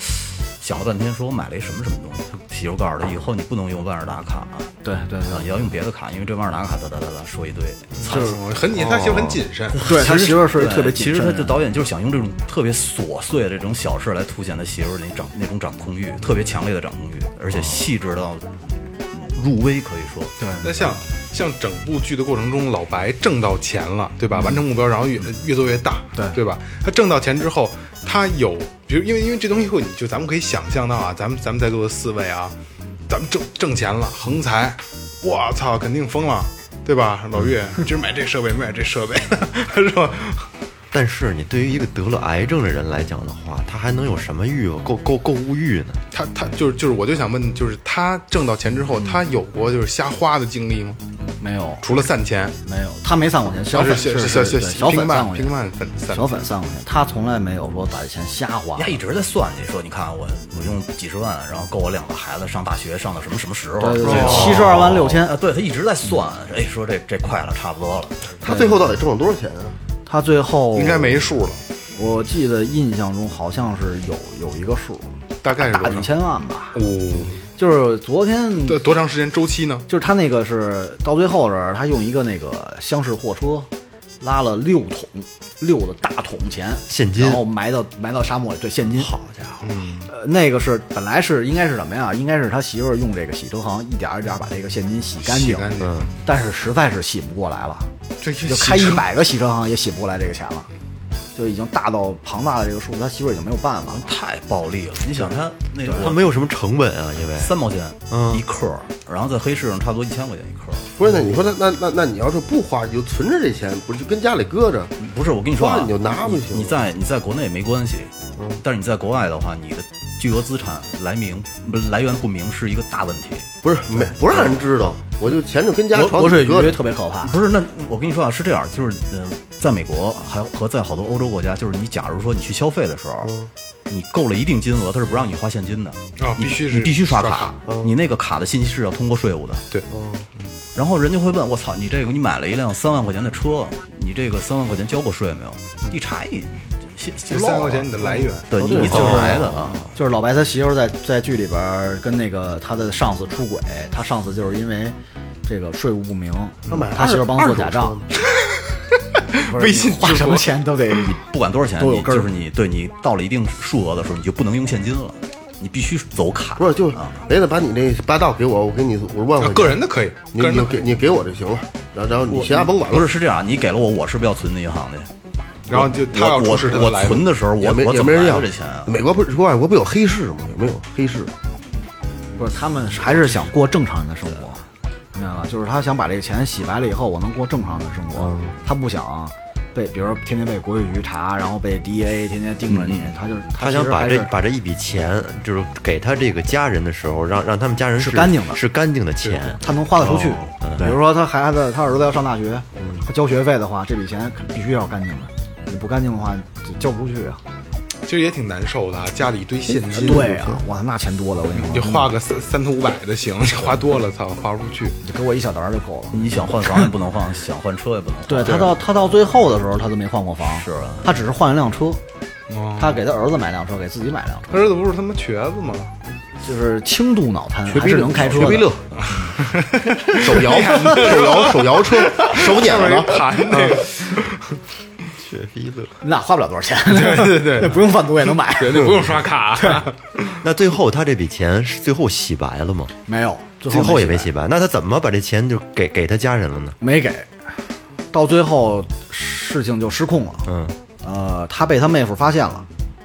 Speaker 5: 想了半天，说我买了一什么什么东西。他媳妇儿告诉他，以后你不能用万事达卡，
Speaker 4: 对对
Speaker 5: 啊，你要用别的卡，因为这万事达卡哒哒哒哒说一堆。
Speaker 3: 就是很你他媳妇儿很谨慎，
Speaker 4: 对他媳妇儿是
Speaker 5: 对
Speaker 4: 特别谨
Speaker 5: 其实
Speaker 4: 慎啊
Speaker 5: 他
Speaker 4: 的
Speaker 5: 这导演就是想用这种特别琐碎的这种小事来凸显他媳妇儿那掌那种掌控欲，特别强烈的掌控欲，而
Speaker 4: 啊
Speaker 5: 且细致到入微，可以说。对，
Speaker 3: 那像像整部剧的过程中，老白挣到钱了，对吧？完成目标，然后越越做越大，对对吧？他挣到钱之后，他有，比如因为因为这东西会，你就咱们可以想象到啊，咱们咱们在座的四位啊，咱们挣挣钱了，横财，我操，肯定疯了。对吧，老岳，今儿买这设备，没买这设备， 是吧？
Speaker 8: 但是你对于一个得了癌症的人来讲的话，他还能有什么欲购购购物欲呢？
Speaker 3: 他他就是就是，我就想问，就是他挣到钱之后，他有过就是瞎花的经历吗？
Speaker 4: 没有。
Speaker 3: 除了散钱，
Speaker 4: 没有，他没散过钱，小
Speaker 3: 啊
Speaker 4: 粉
Speaker 3: 是
Speaker 4: 是
Speaker 3: 小小
Speaker 4: 是对小
Speaker 3: 平
Speaker 4: 粉散
Speaker 3: 板
Speaker 4: 过
Speaker 3: 平
Speaker 4: 钱，
Speaker 3: 板粉散
Speaker 4: 小粉散过钱，他从来没有说把这钱瞎花
Speaker 5: 人。家一直在算计，说你看我我用几十万，然后够我两个孩子上大学上到什么什么时候？
Speaker 4: 对对
Speaker 5: 这
Speaker 4: 对，
Speaker 5: 个
Speaker 4: 七十二万六千呃
Speaker 5: 啊，，对他一直在算，哎，说这这快了，差不多了。
Speaker 2: 他最后到底挣了多少钱啊？
Speaker 4: 他最后
Speaker 3: 应该没。数了，
Speaker 4: 我记得印象中好像是有有一个数，
Speaker 3: 大概是
Speaker 4: 大
Speaker 3: 多
Speaker 4: 几
Speaker 3: 少？
Speaker 4: 千万吧。
Speaker 3: 哦，
Speaker 4: 就是昨天，
Speaker 3: 多多长时间周期呢？
Speaker 4: 就是他那个是到最后这儿，他用一个那个厢式货车拉了六桶六的大桶钱
Speaker 8: 现金
Speaker 4: 然后埋到埋到沙漠里，对，现金。好家伙，呃，那个是本来是应该是什么呀？应该是他媳妇儿用这个洗车行一点儿一点儿把这个现金洗干
Speaker 3: 洗
Speaker 4: 净，
Speaker 3: 干净，
Speaker 4: 但是实在是洗不过来了，
Speaker 3: 这就
Speaker 4: 就开一百个洗车行也洗不过来这个钱了，就已经大到庞大的这个数字，他媳妇儿已经没有办法了。
Speaker 5: 太暴利了！你想他那个
Speaker 8: 他没有什么成本啊，因为
Speaker 5: 三毛钱
Speaker 8: 嗯
Speaker 5: 一克儿，然后在黑市上差不多一千块钱一克儿。
Speaker 2: 不是，那你说那那那那你要是不花，你就存着这钱，不是就跟家里搁着？
Speaker 5: 不是，我跟你说啊
Speaker 2: 花了，你就拿不行
Speaker 5: 你在你在国内没关系，但是你在国外的话，你的巨额资产来明不是来源不明是一个大问题。
Speaker 2: 不是，没不让人知道，我就钱就跟家
Speaker 4: 国
Speaker 2: 床
Speaker 4: 国
Speaker 2: 底
Speaker 4: 税
Speaker 2: 搁
Speaker 4: 局
Speaker 2: 着。
Speaker 4: 特别可怕，
Speaker 5: 不是，那我跟你说啊，是这样，就是呃，在美国还和在好多欧洲国家，就是你假如说你去消费的时候，你够了一定金额，它是不让你花现金的，
Speaker 3: 啊
Speaker 5: 你
Speaker 3: 必须是
Speaker 5: 你必须刷
Speaker 3: 刷
Speaker 5: 卡，你那个卡的信息是要通过税务的。嗯
Speaker 3: 对，
Speaker 5: 然后人家会问我操，你这个你买了一辆三万块钱的车，你这个三万块钱交过税没有？一查一，这
Speaker 3: 这三
Speaker 5: 啊
Speaker 3: 块钱你的来源，
Speaker 5: 对，你你怎么来的啊？
Speaker 4: 就是老白他媳妇儿在在剧里边儿跟那个他的上司出轨，他上司就是因为这个税务不明，他媳妇儿帮他做假账， 不是
Speaker 3: 微信
Speaker 4: 你花
Speaker 3: 支付
Speaker 4: 什么钱都得
Speaker 5: 不管多少钱，
Speaker 4: 都有
Speaker 5: 你
Speaker 4: 根儿
Speaker 5: 就是你对你到了一定数额的时候，你就不能用现金了，你必须走卡。
Speaker 2: 不是，就是
Speaker 5: 啊，
Speaker 2: 雷子把你那八道给我，我给你五十万
Speaker 3: 啊
Speaker 2: 块钱。
Speaker 3: 个人的可以，
Speaker 2: 嗯你
Speaker 3: 个人的
Speaker 2: 你给你给我就行了，然后然后你其他甭管了。
Speaker 5: 不是是这样，你给了我，我是不是要存那银行去？
Speaker 3: 然后就他
Speaker 5: 我
Speaker 3: 要出
Speaker 5: 我
Speaker 3: 示他的
Speaker 5: 我
Speaker 3: 来源
Speaker 5: 存，的时候，我啊
Speaker 2: 也没
Speaker 5: 我
Speaker 2: 也
Speaker 5: 怎
Speaker 2: 没
Speaker 5: 么
Speaker 2: 人
Speaker 5: 来的
Speaker 2: 要
Speaker 5: 这钱啊？
Speaker 2: 美国不是外国不有黑市吗？有没有黑市？
Speaker 4: 不是他们还是想过正常人的生活，明白吧？就是他想把这个钱洗白了以后，我能过正常的生活，他不想。被，比如说天天被国税局查，然后被 DA 天天盯着你，嗯他就是
Speaker 8: 他
Speaker 4: 其
Speaker 8: 想
Speaker 4: 实
Speaker 8: 把
Speaker 4: 还
Speaker 8: 这
Speaker 4: 是
Speaker 8: 把这一笔钱，就是给他这个家人的时候，让让他们家人
Speaker 4: 是干净的
Speaker 8: 是干净的钱。
Speaker 4: 他能花得出去。比如说他孩子，他儿子要上大学，他交学费的话，这笔钱必须要干净的。你不干净的话，就交不出去啊。
Speaker 3: 其实也挺难受的啊，家里一堆现金，
Speaker 4: 对啊，哇，那钱多了，我跟你
Speaker 3: 就
Speaker 4: 说，
Speaker 3: 花个三三头五百的行，花多了操，花不出去。
Speaker 4: 你给我一小沓儿就够了。
Speaker 5: 你想换房也不能换， 想换车也不能换。
Speaker 4: 对他到他到最后的时候，他都没换过房，
Speaker 5: 是啊
Speaker 4: 他只是换了辆车，
Speaker 3: 哦
Speaker 4: 他给他儿子买辆车，给自己买辆车，
Speaker 3: 他儿子不是他妈瘸子吗？
Speaker 5: 啊
Speaker 4: 就是轻度脑瘫，还是能开车的。
Speaker 2: 学逼乐，手摇手摇手摇车，手
Speaker 3: 下
Speaker 2: 捻
Speaker 3: 面
Speaker 2: 的
Speaker 3: 一，盘那
Speaker 5: 啊
Speaker 3: 个，
Speaker 8: 雪碧乐。
Speaker 4: 你俩花不了多少钱，
Speaker 3: 对对对
Speaker 4: 不用贩毒也能买。
Speaker 3: 绝对不用刷 卡。
Speaker 5: 啊
Speaker 8: 那最后他这笔钱是最后洗白了吗？
Speaker 4: 没有，最
Speaker 8: 最后也没
Speaker 4: 洗
Speaker 8: 洗白。那他怎么把这钱就给给他家人了呢？
Speaker 4: 没给，到最后事情就失控了。
Speaker 8: 嗯，
Speaker 4: 呃，他被他妹夫发现了，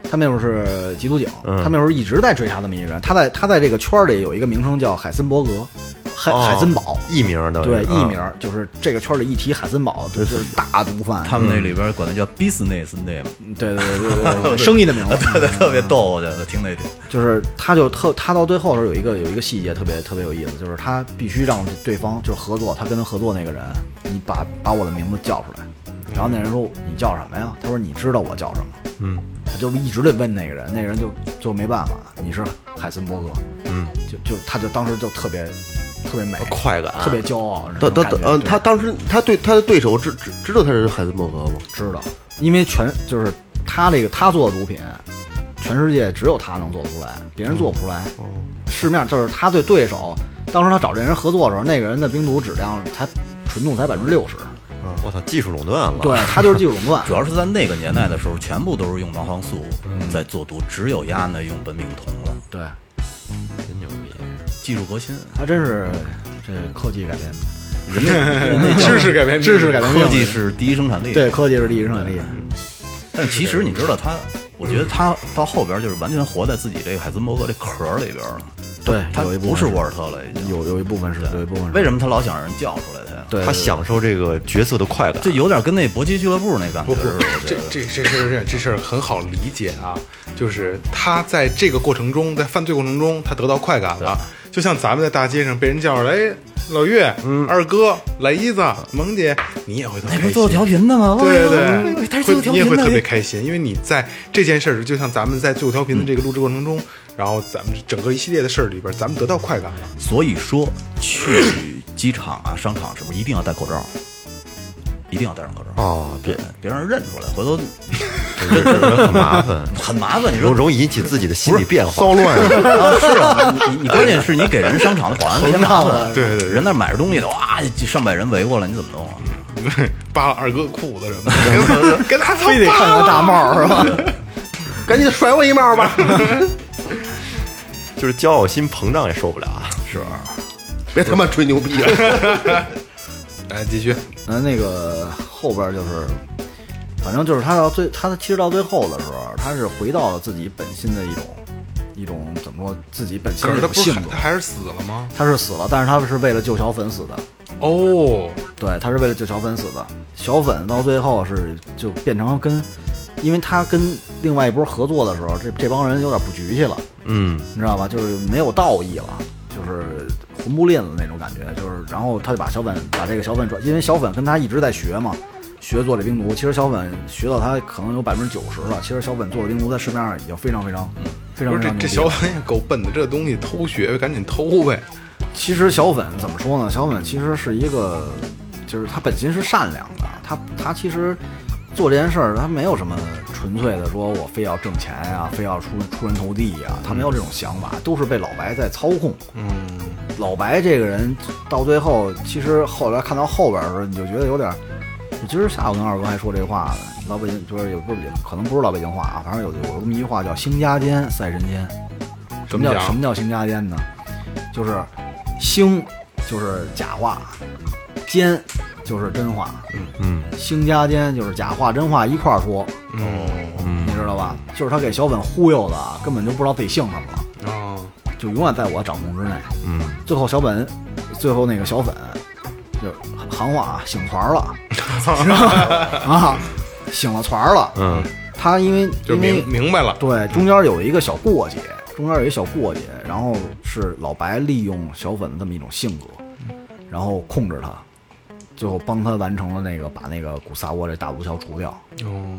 Speaker 4: 他妹夫是缉毒警，他妹夫一直在追查这么一个人。他在他在这个圈儿里有一个名称叫海森伯格，海、
Speaker 8: 哦
Speaker 4: 哎海森堡，
Speaker 8: 艺名的
Speaker 4: 对，艺名、就是这个圈儿里一提海森堡就是大毒贩，
Speaker 5: 他们那里边管那叫 business name，
Speaker 4: 对对对对对，嗯生意的名字，
Speaker 5: 对对， 特别逗，我觉得听那点。
Speaker 4: 就是他就特他到最后的时候有一个有一个细节特别特别有意思，就是他必须让对方就是合作，他跟他合作那个人，你把把我的名字叫出来。然后那人说你叫什么呀？他说你知道我叫什么？嗯，他就一直得问那个人，那人就就没办法，你是海森伯格，嗯，就就他就当时就特别特别美，
Speaker 8: 快感
Speaker 4: 特别骄傲，
Speaker 2: 他他他，嗯，
Speaker 4: 嗯，
Speaker 2: 他当时他对他的对手知知知道他是海森伯格吗？
Speaker 4: 知道，因为全就是他这个他做的毒品，全世界只有他能做出来，别人做不出来。市面就是他对对手，当时他找这人合作的时候，那个人的冰毒质量才纯度才百分之六十，
Speaker 8: 嗯我操，技术垄断了。
Speaker 4: 对他就是技术垄 断
Speaker 5: 主。要是在那个年代的时候，全部都是用麻黄素
Speaker 4: 嗯
Speaker 5: 在做毒，只有鸭呢用苯丙酮了，
Speaker 4: 对，
Speaker 5: 技术革 新。
Speaker 4: 他真是这科技改变的，
Speaker 5: 人类
Speaker 3: 知识改变命运
Speaker 4: 知识改变命
Speaker 5: 科
Speaker 4: 运
Speaker 5: 技是第一生产力。
Speaker 4: 对，科技是第一生产力。
Speaker 5: 但其实你知道他，我觉得他到后边就是完全活在自己这个海森伯格这壳儿里边了。
Speaker 4: 对，
Speaker 5: 他
Speaker 4: 有一部
Speaker 5: 不
Speaker 4: 分
Speaker 5: 是沃尔特了，已经
Speaker 4: 有有一部分是，有一部分是
Speaker 5: 为什么他老想让人叫出来他呀？
Speaker 4: 对
Speaker 8: 他享受这个角色的快感
Speaker 5: 这。有点跟那搏击俱乐部那感觉
Speaker 3: 不不
Speaker 5: 似的。我觉
Speaker 3: 这
Speaker 5: 得
Speaker 3: 这这事儿这这事儿很好理解啊，就是他在这个过程中，在犯罪过程中，他得到快感
Speaker 5: 啊
Speaker 3: 了。就像咱们在大街上被人叫着，哎，老岳，嗯，二哥，雷子，萌姐，你也会特别
Speaker 5: 那
Speaker 3: 开
Speaker 5: 不
Speaker 3: 心。
Speaker 5: 是做调频的吗？
Speaker 3: 对
Speaker 5: 哎呦
Speaker 3: 对，
Speaker 5: 他是
Speaker 3: 会
Speaker 5: 做调
Speaker 3: 你也
Speaker 5: 频
Speaker 3: 会特别
Speaker 5: 的。
Speaker 3: 开心，因为你在这件事儿，就像咱们在最后调频的这个录制过程中，然后咱们整个一系列的事儿里边，咱们得到快感 了。
Speaker 5: 所以说，去机场啊、商场是不是一定要戴口罩？一定要戴上口罩
Speaker 8: 哦，别
Speaker 5: 别让人认出来，回头
Speaker 8: 这这这很麻 烦，
Speaker 5: 很麻烦。你说
Speaker 8: 容容易引起自己的心理变化。
Speaker 2: 骚乱，
Speaker 5: 啊，是啊，你你关键是你给人商场的保安添麻烦，
Speaker 3: 对对对
Speaker 5: 人那儿买着东西的，哇，几上百人围过来，你怎么弄啊？
Speaker 3: 扒了二哥裤子什么的，给他非得
Speaker 4: 看个大帽是 吧？
Speaker 2: 赶紧甩我一帽吧！
Speaker 8: 就是骄傲心膨胀也受不了啊。是
Speaker 2: 别他妈吹牛逼啊了，
Speaker 3: 来继续，
Speaker 4: 嗯，那个后边就是，反正就是他到最，他其实到最后的时候，他是回到了自己本心的一种，一种怎么说，自己本心
Speaker 3: 可是
Speaker 4: 的一
Speaker 3: 他不
Speaker 4: 种
Speaker 3: 是
Speaker 4: 性
Speaker 3: 还
Speaker 4: 格
Speaker 3: 他。还是死了吗？
Speaker 4: 他是死了，但是他是为了救小粉死的。
Speaker 3: 哦，
Speaker 4: 对，他是为了救小粉死的。小粉到最后是就变成跟，因为他跟另外一波合作的时候，这这帮人有点不局气了，
Speaker 8: 嗯，
Speaker 4: 你知道吧？就是没有道义了，就是魂不吝的那种感觉。就是，然后他就把小粉把这个小粉转，因为小粉跟他一直在学嘛，学做这冰毒。其实小粉学到他可能有百分之九十了。其实小粉做的冰毒在市面上已经非常非常非常
Speaker 3: 不是这
Speaker 4: 非常
Speaker 3: 这
Speaker 4: 牛逼了
Speaker 3: 小粉也够笨的，这东西偷学赶紧偷呗。
Speaker 4: 其实小粉怎么说呢？小粉其实是一个，就是他本心是善良的，他他其实做这件事儿，他没有什么纯粹的说我非要挣钱呀、非要出出人头地呀、他没有这种想法，都是被老白在操控。嗯，老白这个人到最后，其实后来看到后边的时候，你就觉得有点儿。今儿下午跟二哥还说这话呢，老北京就是也不是也可能不是老北京话啊，反正有有这么一句话叫“兴家间赛人间”，什么叫
Speaker 3: 怎么讲
Speaker 4: 什么叫兴家间呢？就是兴就是假话，奸就是真话。嗯嗯，兴家奸就是假话真话一块儿说。啊嗯，你知道吧？就是他给小粉忽悠的，根本就不知道自己姓什么了。
Speaker 3: 哦，
Speaker 4: 就永远在我掌控之内。嗯，最后小本，最后那个小粉，就行话啊，醒团儿了，是
Speaker 3: 哦
Speaker 4: 吧啊，醒了团儿了。嗯，他因为
Speaker 3: 就
Speaker 4: 因为
Speaker 3: 明明白了，
Speaker 4: 对，中间有一个小过节，中间有一小过节，然后是老白利用小粉的这么一种性格，然后控制他，最后帮他完成了那个把那个古萨沃这大毒枭除掉，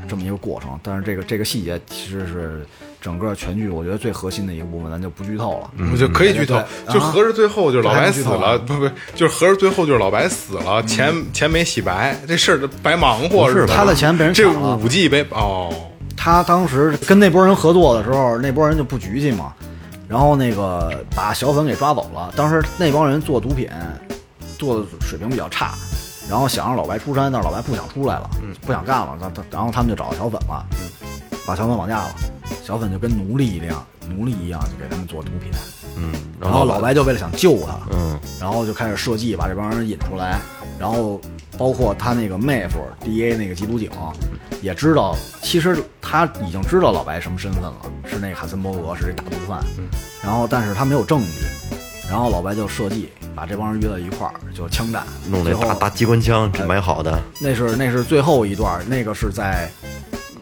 Speaker 4: 这么一个过程。但是这个这个细节其实是整个全剧我觉得最核心的一个部分，咱就不剧透了。
Speaker 3: 我就可以剧透
Speaker 4: 对，嗯对
Speaker 3: 就合着最后就是老白死
Speaker 4: 啊嗯
Speaker 3: 了，不不，就是合着最后就是老白死了，钱钱没洗白，这事儿就白忙活
Speaker 4: 不是
Speaker 3: 吧？
Speaker 4: 他的钱被人
Speaker 3: 这
Speaker 4: 抢了
Speaker 3: 五 G 被哦，
Speaker 4: 他当时跟那波人合作的时候，那波人就不局气嘛，然后那个把小粉给抓走了。当时那帮人做毒品，做的水平比较差，然后想让老白出山，但是老白不想出来了，不想干了。他他然后他们就找小粉了，把小粉绑架了，小粉就跟奴隶一样，奴隶一样就给他们做毒品。然后老白就为了想救他，嗯，然后就开始设计把这帮人引出来，然后包括他那个妹夫 D A 那个缉毒警，也知道，其实他已经知道老白什么身份了，是那个海森伯格，是这大毒贩，
Speaker 8: 嗯
Speaker 4: 然后但是他没有证据，然后老白就设计把这帮人约到一块儿，就枪战，
Speaker 8: 弄那
Speaker 4: 最后
Speaker 8: 大大机关枪，这买好的，
Speaker 4: 那是那是最后一段，那个是在，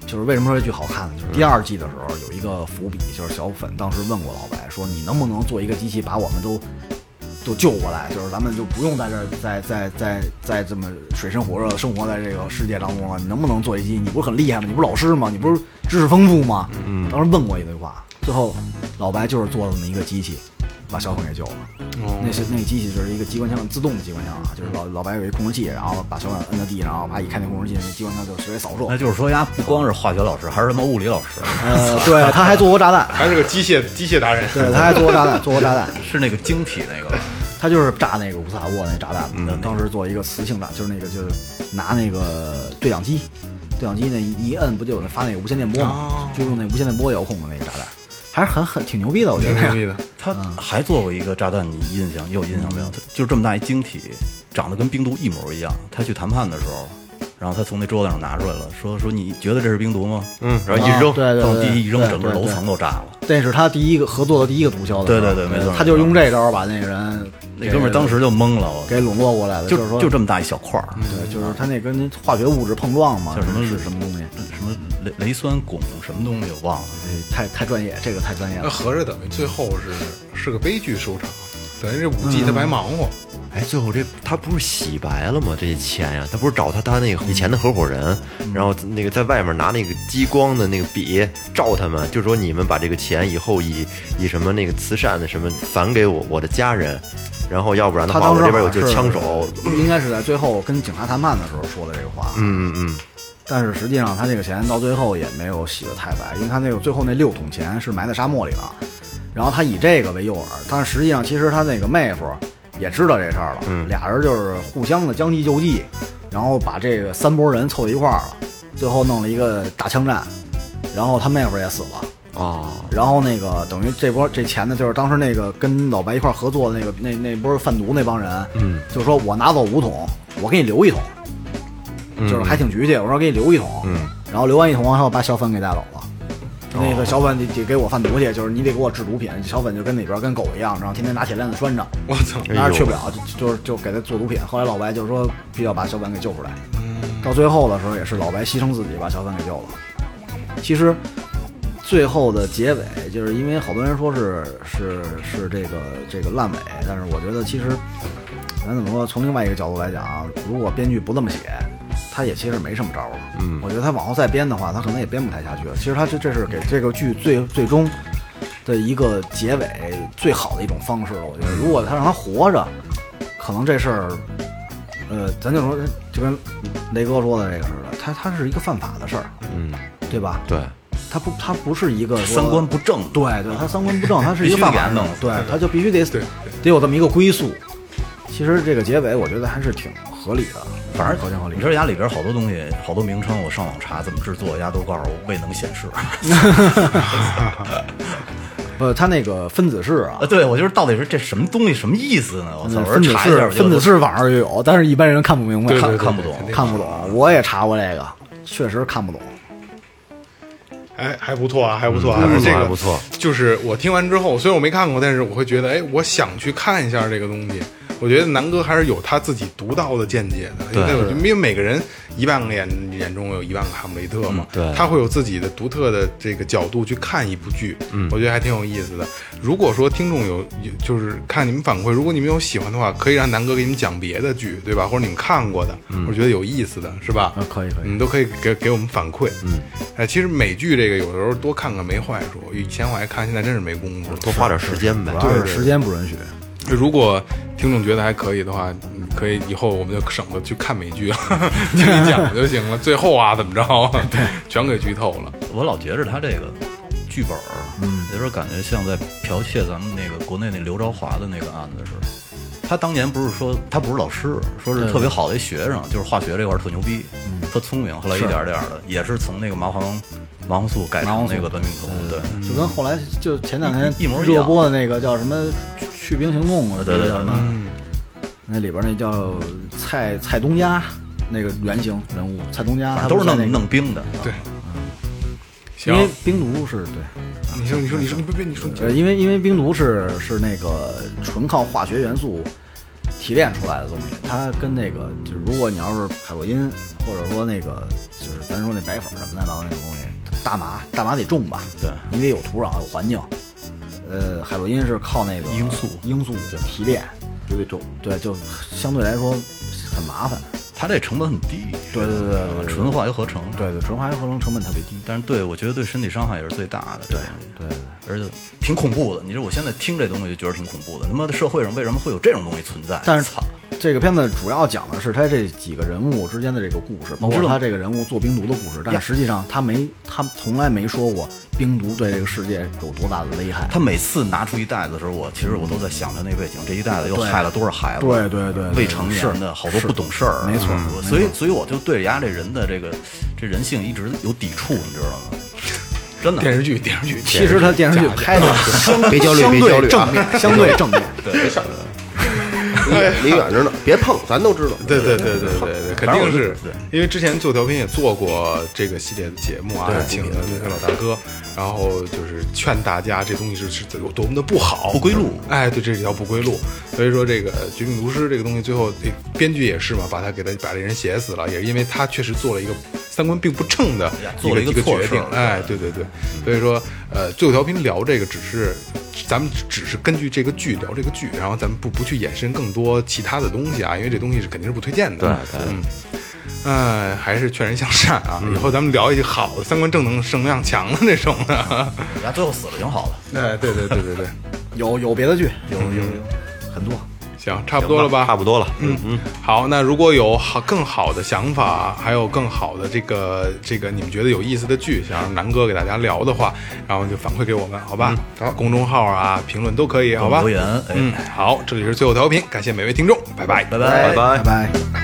Speaker 4: 就是为什么说这剧好看呢？就是第二季的时候有一个伏笔，就是小粉当时问过老白说：“你能不能做一个机器把我们都都救过来？就是咱们就不用在这儿再再再再这么水深火热的生活在这个世界当中了。你能不能做一机？你不是很厉害吗？你不是老师吗？你不是知识丰富吗？”当时问过一句话，最后老白就是做了那么一个机器，把小粉给救了。那是那个机器就是一个机关枪，自动的机关枪啊，就是老老白有一控制器，然后把小粉摁到地，然后啪一开那控制器，那机关枪就直接扫射
Speaker 5: 那。就是说，呀，不光是化学老师，还是他妈物理老师，
Speaker 4: 呃，对，他还做过炸弹，
Speaker 3: 还是个机械机械达人，
Speaker 4: 对，他还做过炸弹，做过炸弹，
Speaker 5: 是那个晶体那个。
Speaker 4: 他就是炸那个乌萨沃那炸弹，
Speaker 5: 嗯
Speaker 4: 当时做一个磁性炸，就是那个就是拿那个对讲机，对讲机那一一摁不就有那发那个无线电波
Speaker 5: 哦
Speaker 4: 吗？就用那无线电波遥控的那个炸弹，还是很很挺牛逼的，我觉
Speaker 3: 挺
Speaker 4: 得。
Speaker 5: 嗯
Speaker 3: 牛逼的，
Speaker 5: 他还做过一个炸弹，你印象你有印象没有？他就是这么大一晶体，长得跟冰毒一模一样。他去谈判的时候，然后他从那桌子上拿出来了，说说你觉得这是冰毒吗？
Speaker 8: 嗯，然后一
Speaker 4: 啊
Speaker 8: 扔，
Speaker 4: 对对
Speaker 5: 往
Speaker 4: 对，
Speaker 5: 地一扔，
Speaker 4: 对
Speaker 5: 整个
Speaker 4: 对
Speaker 5: 楼
Speaker 4: 对
Speaker 5: 层都炸了。
Speaker 4: 这是他第一个合作的第一个毒枭的，
Speaker 5: 对对对没错
Speaker 4: 他就用这招把那个人
Speaker 5: 那哥们儿当时就懵了，我
Speaker 4: 给笼络过来了，
Speaker 5: 就
Speaker 4: 就是说
Speaker 5: 就这么大一小块儿，
Speaker 4: 对，就是他那跟化学物质碰撞嘛，
Speaker 5: 叫什么
Speaker 4: 是什么东西？
Speaker 5: 什么雷雷酸汞什么东西我忘了。
Speaker 4: 太太专业，这个太专业
Speaker 3: 那
Speaker 5: 呃
Speaker 4: 了。
Speaker 3: 合着等于最后是是个悲剧收场，等于这五 G 他
Speaker 4: 嗯
Speaker 3: 白忙活，
Speaker 8: 哎，最后这他不是洗白了吗？这些钱呀，他不是找他他那个以前的合伙人，
Speaker 4: 嗯
Speaker 8: 然后那个在外面拿那个激光的那个笔照他们，就说你们把这个钱以后以以什么那个慈善的什么返给我我的家人，然后要不然的
Speaker 4: 他
Speaker 8: 话
Speaker 4: 当
Speaker 8: 我
Speaker 4: 时
Speaker 8: 这边有就
Speaker 4: 好像是
Speaker 8: 枪手，，
Speaker 4: 应该是在最后跟警察谈判的时候说的这个话。
Speaker 8: 嗯嗯嗯，
Speaker 4: 但是实际上他这个钱到最后也没有洗得太白，因为他那个最后那六桶钱是埋在沙漠里了，然后他以这个为诱饵，但是实际上其实他那个妹夫也知道这事儿了，
Speaker 8: 嗯
Speaker 4: 俩人就是互相的将计就计，然后把这个三拨人凑一块儿了，最后弄了一个大枪战，然后他妹夫也死了。
Speaker 8: 哦，
Speaker 4: 然后那个等于这波这钱呢，就是当时那个跟老白一块儿合作的那个那那波贩毒那帮人，嗯，就说我拿走五桶，我给你留一桶，就是还挺局气，我说给你留一桶，嗯，然后留完一桶，然后把小粉给带走了。那个小粉得得给我贩毒去，就是你得给我制毒品。小粉就跟里边跟狗一样，然后天天拿铁链子拴着，
Speaker 3: 我操，
Speaker 4: 当时去不了，就就是就给他做毒品。后来老白就说必须要把小本给救出来，到最后的时候也是老白牺牲自己把小本给救了。其实最后的结尾，就是因为好多人说是是是这个这个烂尾，但是我觉得其实咱怎么说，从另外一个角度来讲啊，如果编剧不这么写，他也其实没什么招了。嗯，我觉得他往后再编的话，他可能也编不太下去了。其实他这这是给这个剧最最终的一个结尾最好的一种方式了。我觉得，如果他让他活着，可能这事儿，呃，咱就说就跟雷哥说的这个似的，他他是一个犯法的事儿，
Speaker 8: 嗯，
Speaker 4: 对吧？
Speaker 8: 对，
Speaker 4: 他不他不是一个说
Speaker 5: 三观不正，
Speaker 4: 对对，他三观不正，他是一
Speaker 5: 必
Speaker 4: 个
Speaker 5: 须
Speaker 4: 犯
Speaker 5: 给
Speaker 4: 法
Speaker 5: 他弄
Speaker 4: 人，对，他就必须得得有这么一个归宿。其实这个结尾，我觉得还是挺合理的，
Speaker 5: 反正
Speaker 4: 合情合理
Speaker 5: 你。知道，家里边好多东西，好多名称，我上网查怎么制作，家都告诉我未能显示。
Speaker 4: 不，他呃那个分子式啊
Speaker 5: 啊，，对，我就是到底是这什么东西，什么意思呢？我操！我
Speaker 4: 分子
Speaker 5: 说查一下
Speaker 4: 式，
Speaker 5: 我就
Speaker 4: 分子式网上就有，但是一般人看不明白，啊
Speaker 5: 看看不懂。
Speaker 4: 看不懂。我也查过这个，确实看不懂。
Speaker 3: 哎，还不错啊，还不错啊，
Speaker 8: 还不错
Speaker 3: 这
Speaker 8: 还
Speaker 3: 个
Speaker 8: 不错。
Speaker 3: 就是我听完之后，虽然我没看过，但是我会觉得，哎，我想去看一下这个东西。我觉得南哥还是有他自己独到的见解的，因为我觉得因为每个人一万个眼眼中有一万个哈姆雷特嘛，
Speaker 8: 对
Speaker 3: 他会有自己的独特的这个角度去看一部剧，嗯，我觉得还挺有意思的。如果说听众有有就是看你们反馈，如果你们有喜欢的话，可以让南哥给你们讲别的剧，对吧？或者你们看过的，我觉得有意思的是吧？
Speaker 4: 啊可以可以
Speaker 3: 你都可以给给我们反馈。嗯，哎，其实美剧这个有的时候多看看没坏处。以前我爱看，现在真是没工夫。
Speaker 8: 多花点时间呗。
Speaker 4: 主要是时间不允许。
Speaker 3: 如果听众觉得还可以的话，嗯可以以后我们就省得去看美剧了，听你讲就行了。最后啊，怎么着啊？对，全给剧透了。
Speaker 5: 我老觉着他这个剧本，嗯，有点感觉像在剽窃咱们那个国内那刘朝华的那个案子似的。他当年不是说他不是老师，说是特别好的一学生，就是化学这块儿特牛逼，
Speaker 4: 嗯
Speaker 5: 特聪明。后来一点儿点儿的，也是从那个麻黄麻黄素改
Speaker 4: 麻黄
Speaker 5: 成
Speaker 4: 素嗯
Speaker 5: 那个短命酮，对。
Speaker 4: 就跟后来就前两天
Speaker 5: 嗯一一模一样
Speaker 4: 热播的那个叫什么《去冰行动》啊，
Speaker 5: 对对对
Speaker 4: 叫什么？那里边那叫蔡蔡东家那个原型人物，蔡东家
Speaker 5: 反
Speaker 4: 他
Speaker 5: 正啊都
Speaker 4: 不
Speaker 5: 是
Speaker 4: 在那
Speaker 5: 弄
Speaker 4: 个
Speaker 5: 弄，冰的，
Speaker 3: 对，行
Speaker 4: 因，为冰毒是对，
Speaker 3: 你说，你说，你说，你别别，你说，你说
Speaker 4: 呃，因为因为冰毒是是那个纯靠化学元素提炼出来的东西，它跟那个就是如果你要是海洛因，或者说那个就是咱说那白粉什么乱七八糟那种东西，大麻大麻得种吧，
Speaker 5: 对
Speaker 4: 因为有土壤有环境。呃，海洛因是靠那个罂粟罂粟提炼，就得种，对，就相对来说很麻烦。
Speaker 5: 他这成本很低，
Speaker 4: 对对对对对
Speaker 5: 纯化学合成，
Speaker 4: 对对，纯化学合成成本特别低。
Speaker 5: 但是对我觉得对身体伤害也是最大的，对
Speaker 4: 对对，
Speaker 5: 而且挺恐怖的。你说我现在听这东西就觉得挺恐怖的，他妈的社会上为什么会有这种东西存在？
Speaker 4: 但是
Speaker 5: 操，
Speaker 4: 这个片子主要讲的是他这几个人物之间的这个故事，包括他这个人物做冰毒的故事。但实际上他没，他从来没说过冰毒对这个世界有多大的危害。
Speaker 5: 他每次拿出一袋子的时候，我其实我都在想他那背景，这一袋子又害了多少孩子？
Speaker 4: 对对对对
Speaker 5: 未成年
Speaker 4: 是
Speaker 5: 的好多不懂事儿，
Speaker 4: 没错
Speaker 5: 嗯所以所以我就对人家这人的这个这人性一直有抵触，你知道吗？真的，
Speaker 3: 电视剧，电视剧，
Speaker 4: 其实他电视剧拍的相
Speaker 2: 别焦虑
Speaker 4: 相
Speaker 2: 别焦虑
Speaker 4: 对
Speaker 2: 啊
Speaker 4: 正面，相对正面。
Speaker 2: 离远着呢，别碰，咱都知道。
Speaker 3: 对对对对对对，肯定是，因为之前做调频也做过这个系列的节目啊，请的那个老大哥，然后就是劝大家这东西是是有多么的不好，不归路。哎，对，这是一条不归路。所以说这个《绝命毒师》这个东西，最后哎编剧也是嘛，把他给他把这人写死了，也是因为他确实做了一个三观并不正的
Speaker 5: 做了
Speaker 3: 一
Speaker 5: 一
Speaker 3: 个
Speaker 5: 个
Speaker 3: 一
Speaker 5: 错
Speaker 3: 决
Speaker 5: 事
Speaker 3: 定
Speaker 5: 儿。
Speaker 3: 哎，对对对，所以说，呃，最后调频聊这个只是，咱们只是根据这个剧聊这个剧，然后咱们不不去衍生更多其他的东西啊，因为这东西是肯定是不推荐的。对对，嗯。呃，还是劝人向善啊！以后咱们聊一些好的、三观正能、正能量强的那种的。
Speaker 5: 人家最后死了挺好的。
Speaker 3: 哎，对对对对对，
Speaker 4: 有有别的剧，有有有很多。
Speaker 3: 行，差不多了吧？
Speaker 8: 差不多了。嗯，
Speaker 3: 好，那如果有好更好的想法，还有更好的这个这个你们觉得有意思的剧，想让南哥给大家聊的话，然后就反馈给我们，好吧？
Speaker 5: 嗯
Speaker 3: 好，公众号啊，评论都可以，好吧？
Speaker 5: 留言哎
Speaker 3: 嗯，好，这里是最后调频，感谢每位听众，拜拜，拜
Speaker 5: 拜
Speaker 8: 拜拜。
Speaker 4: 拜拜。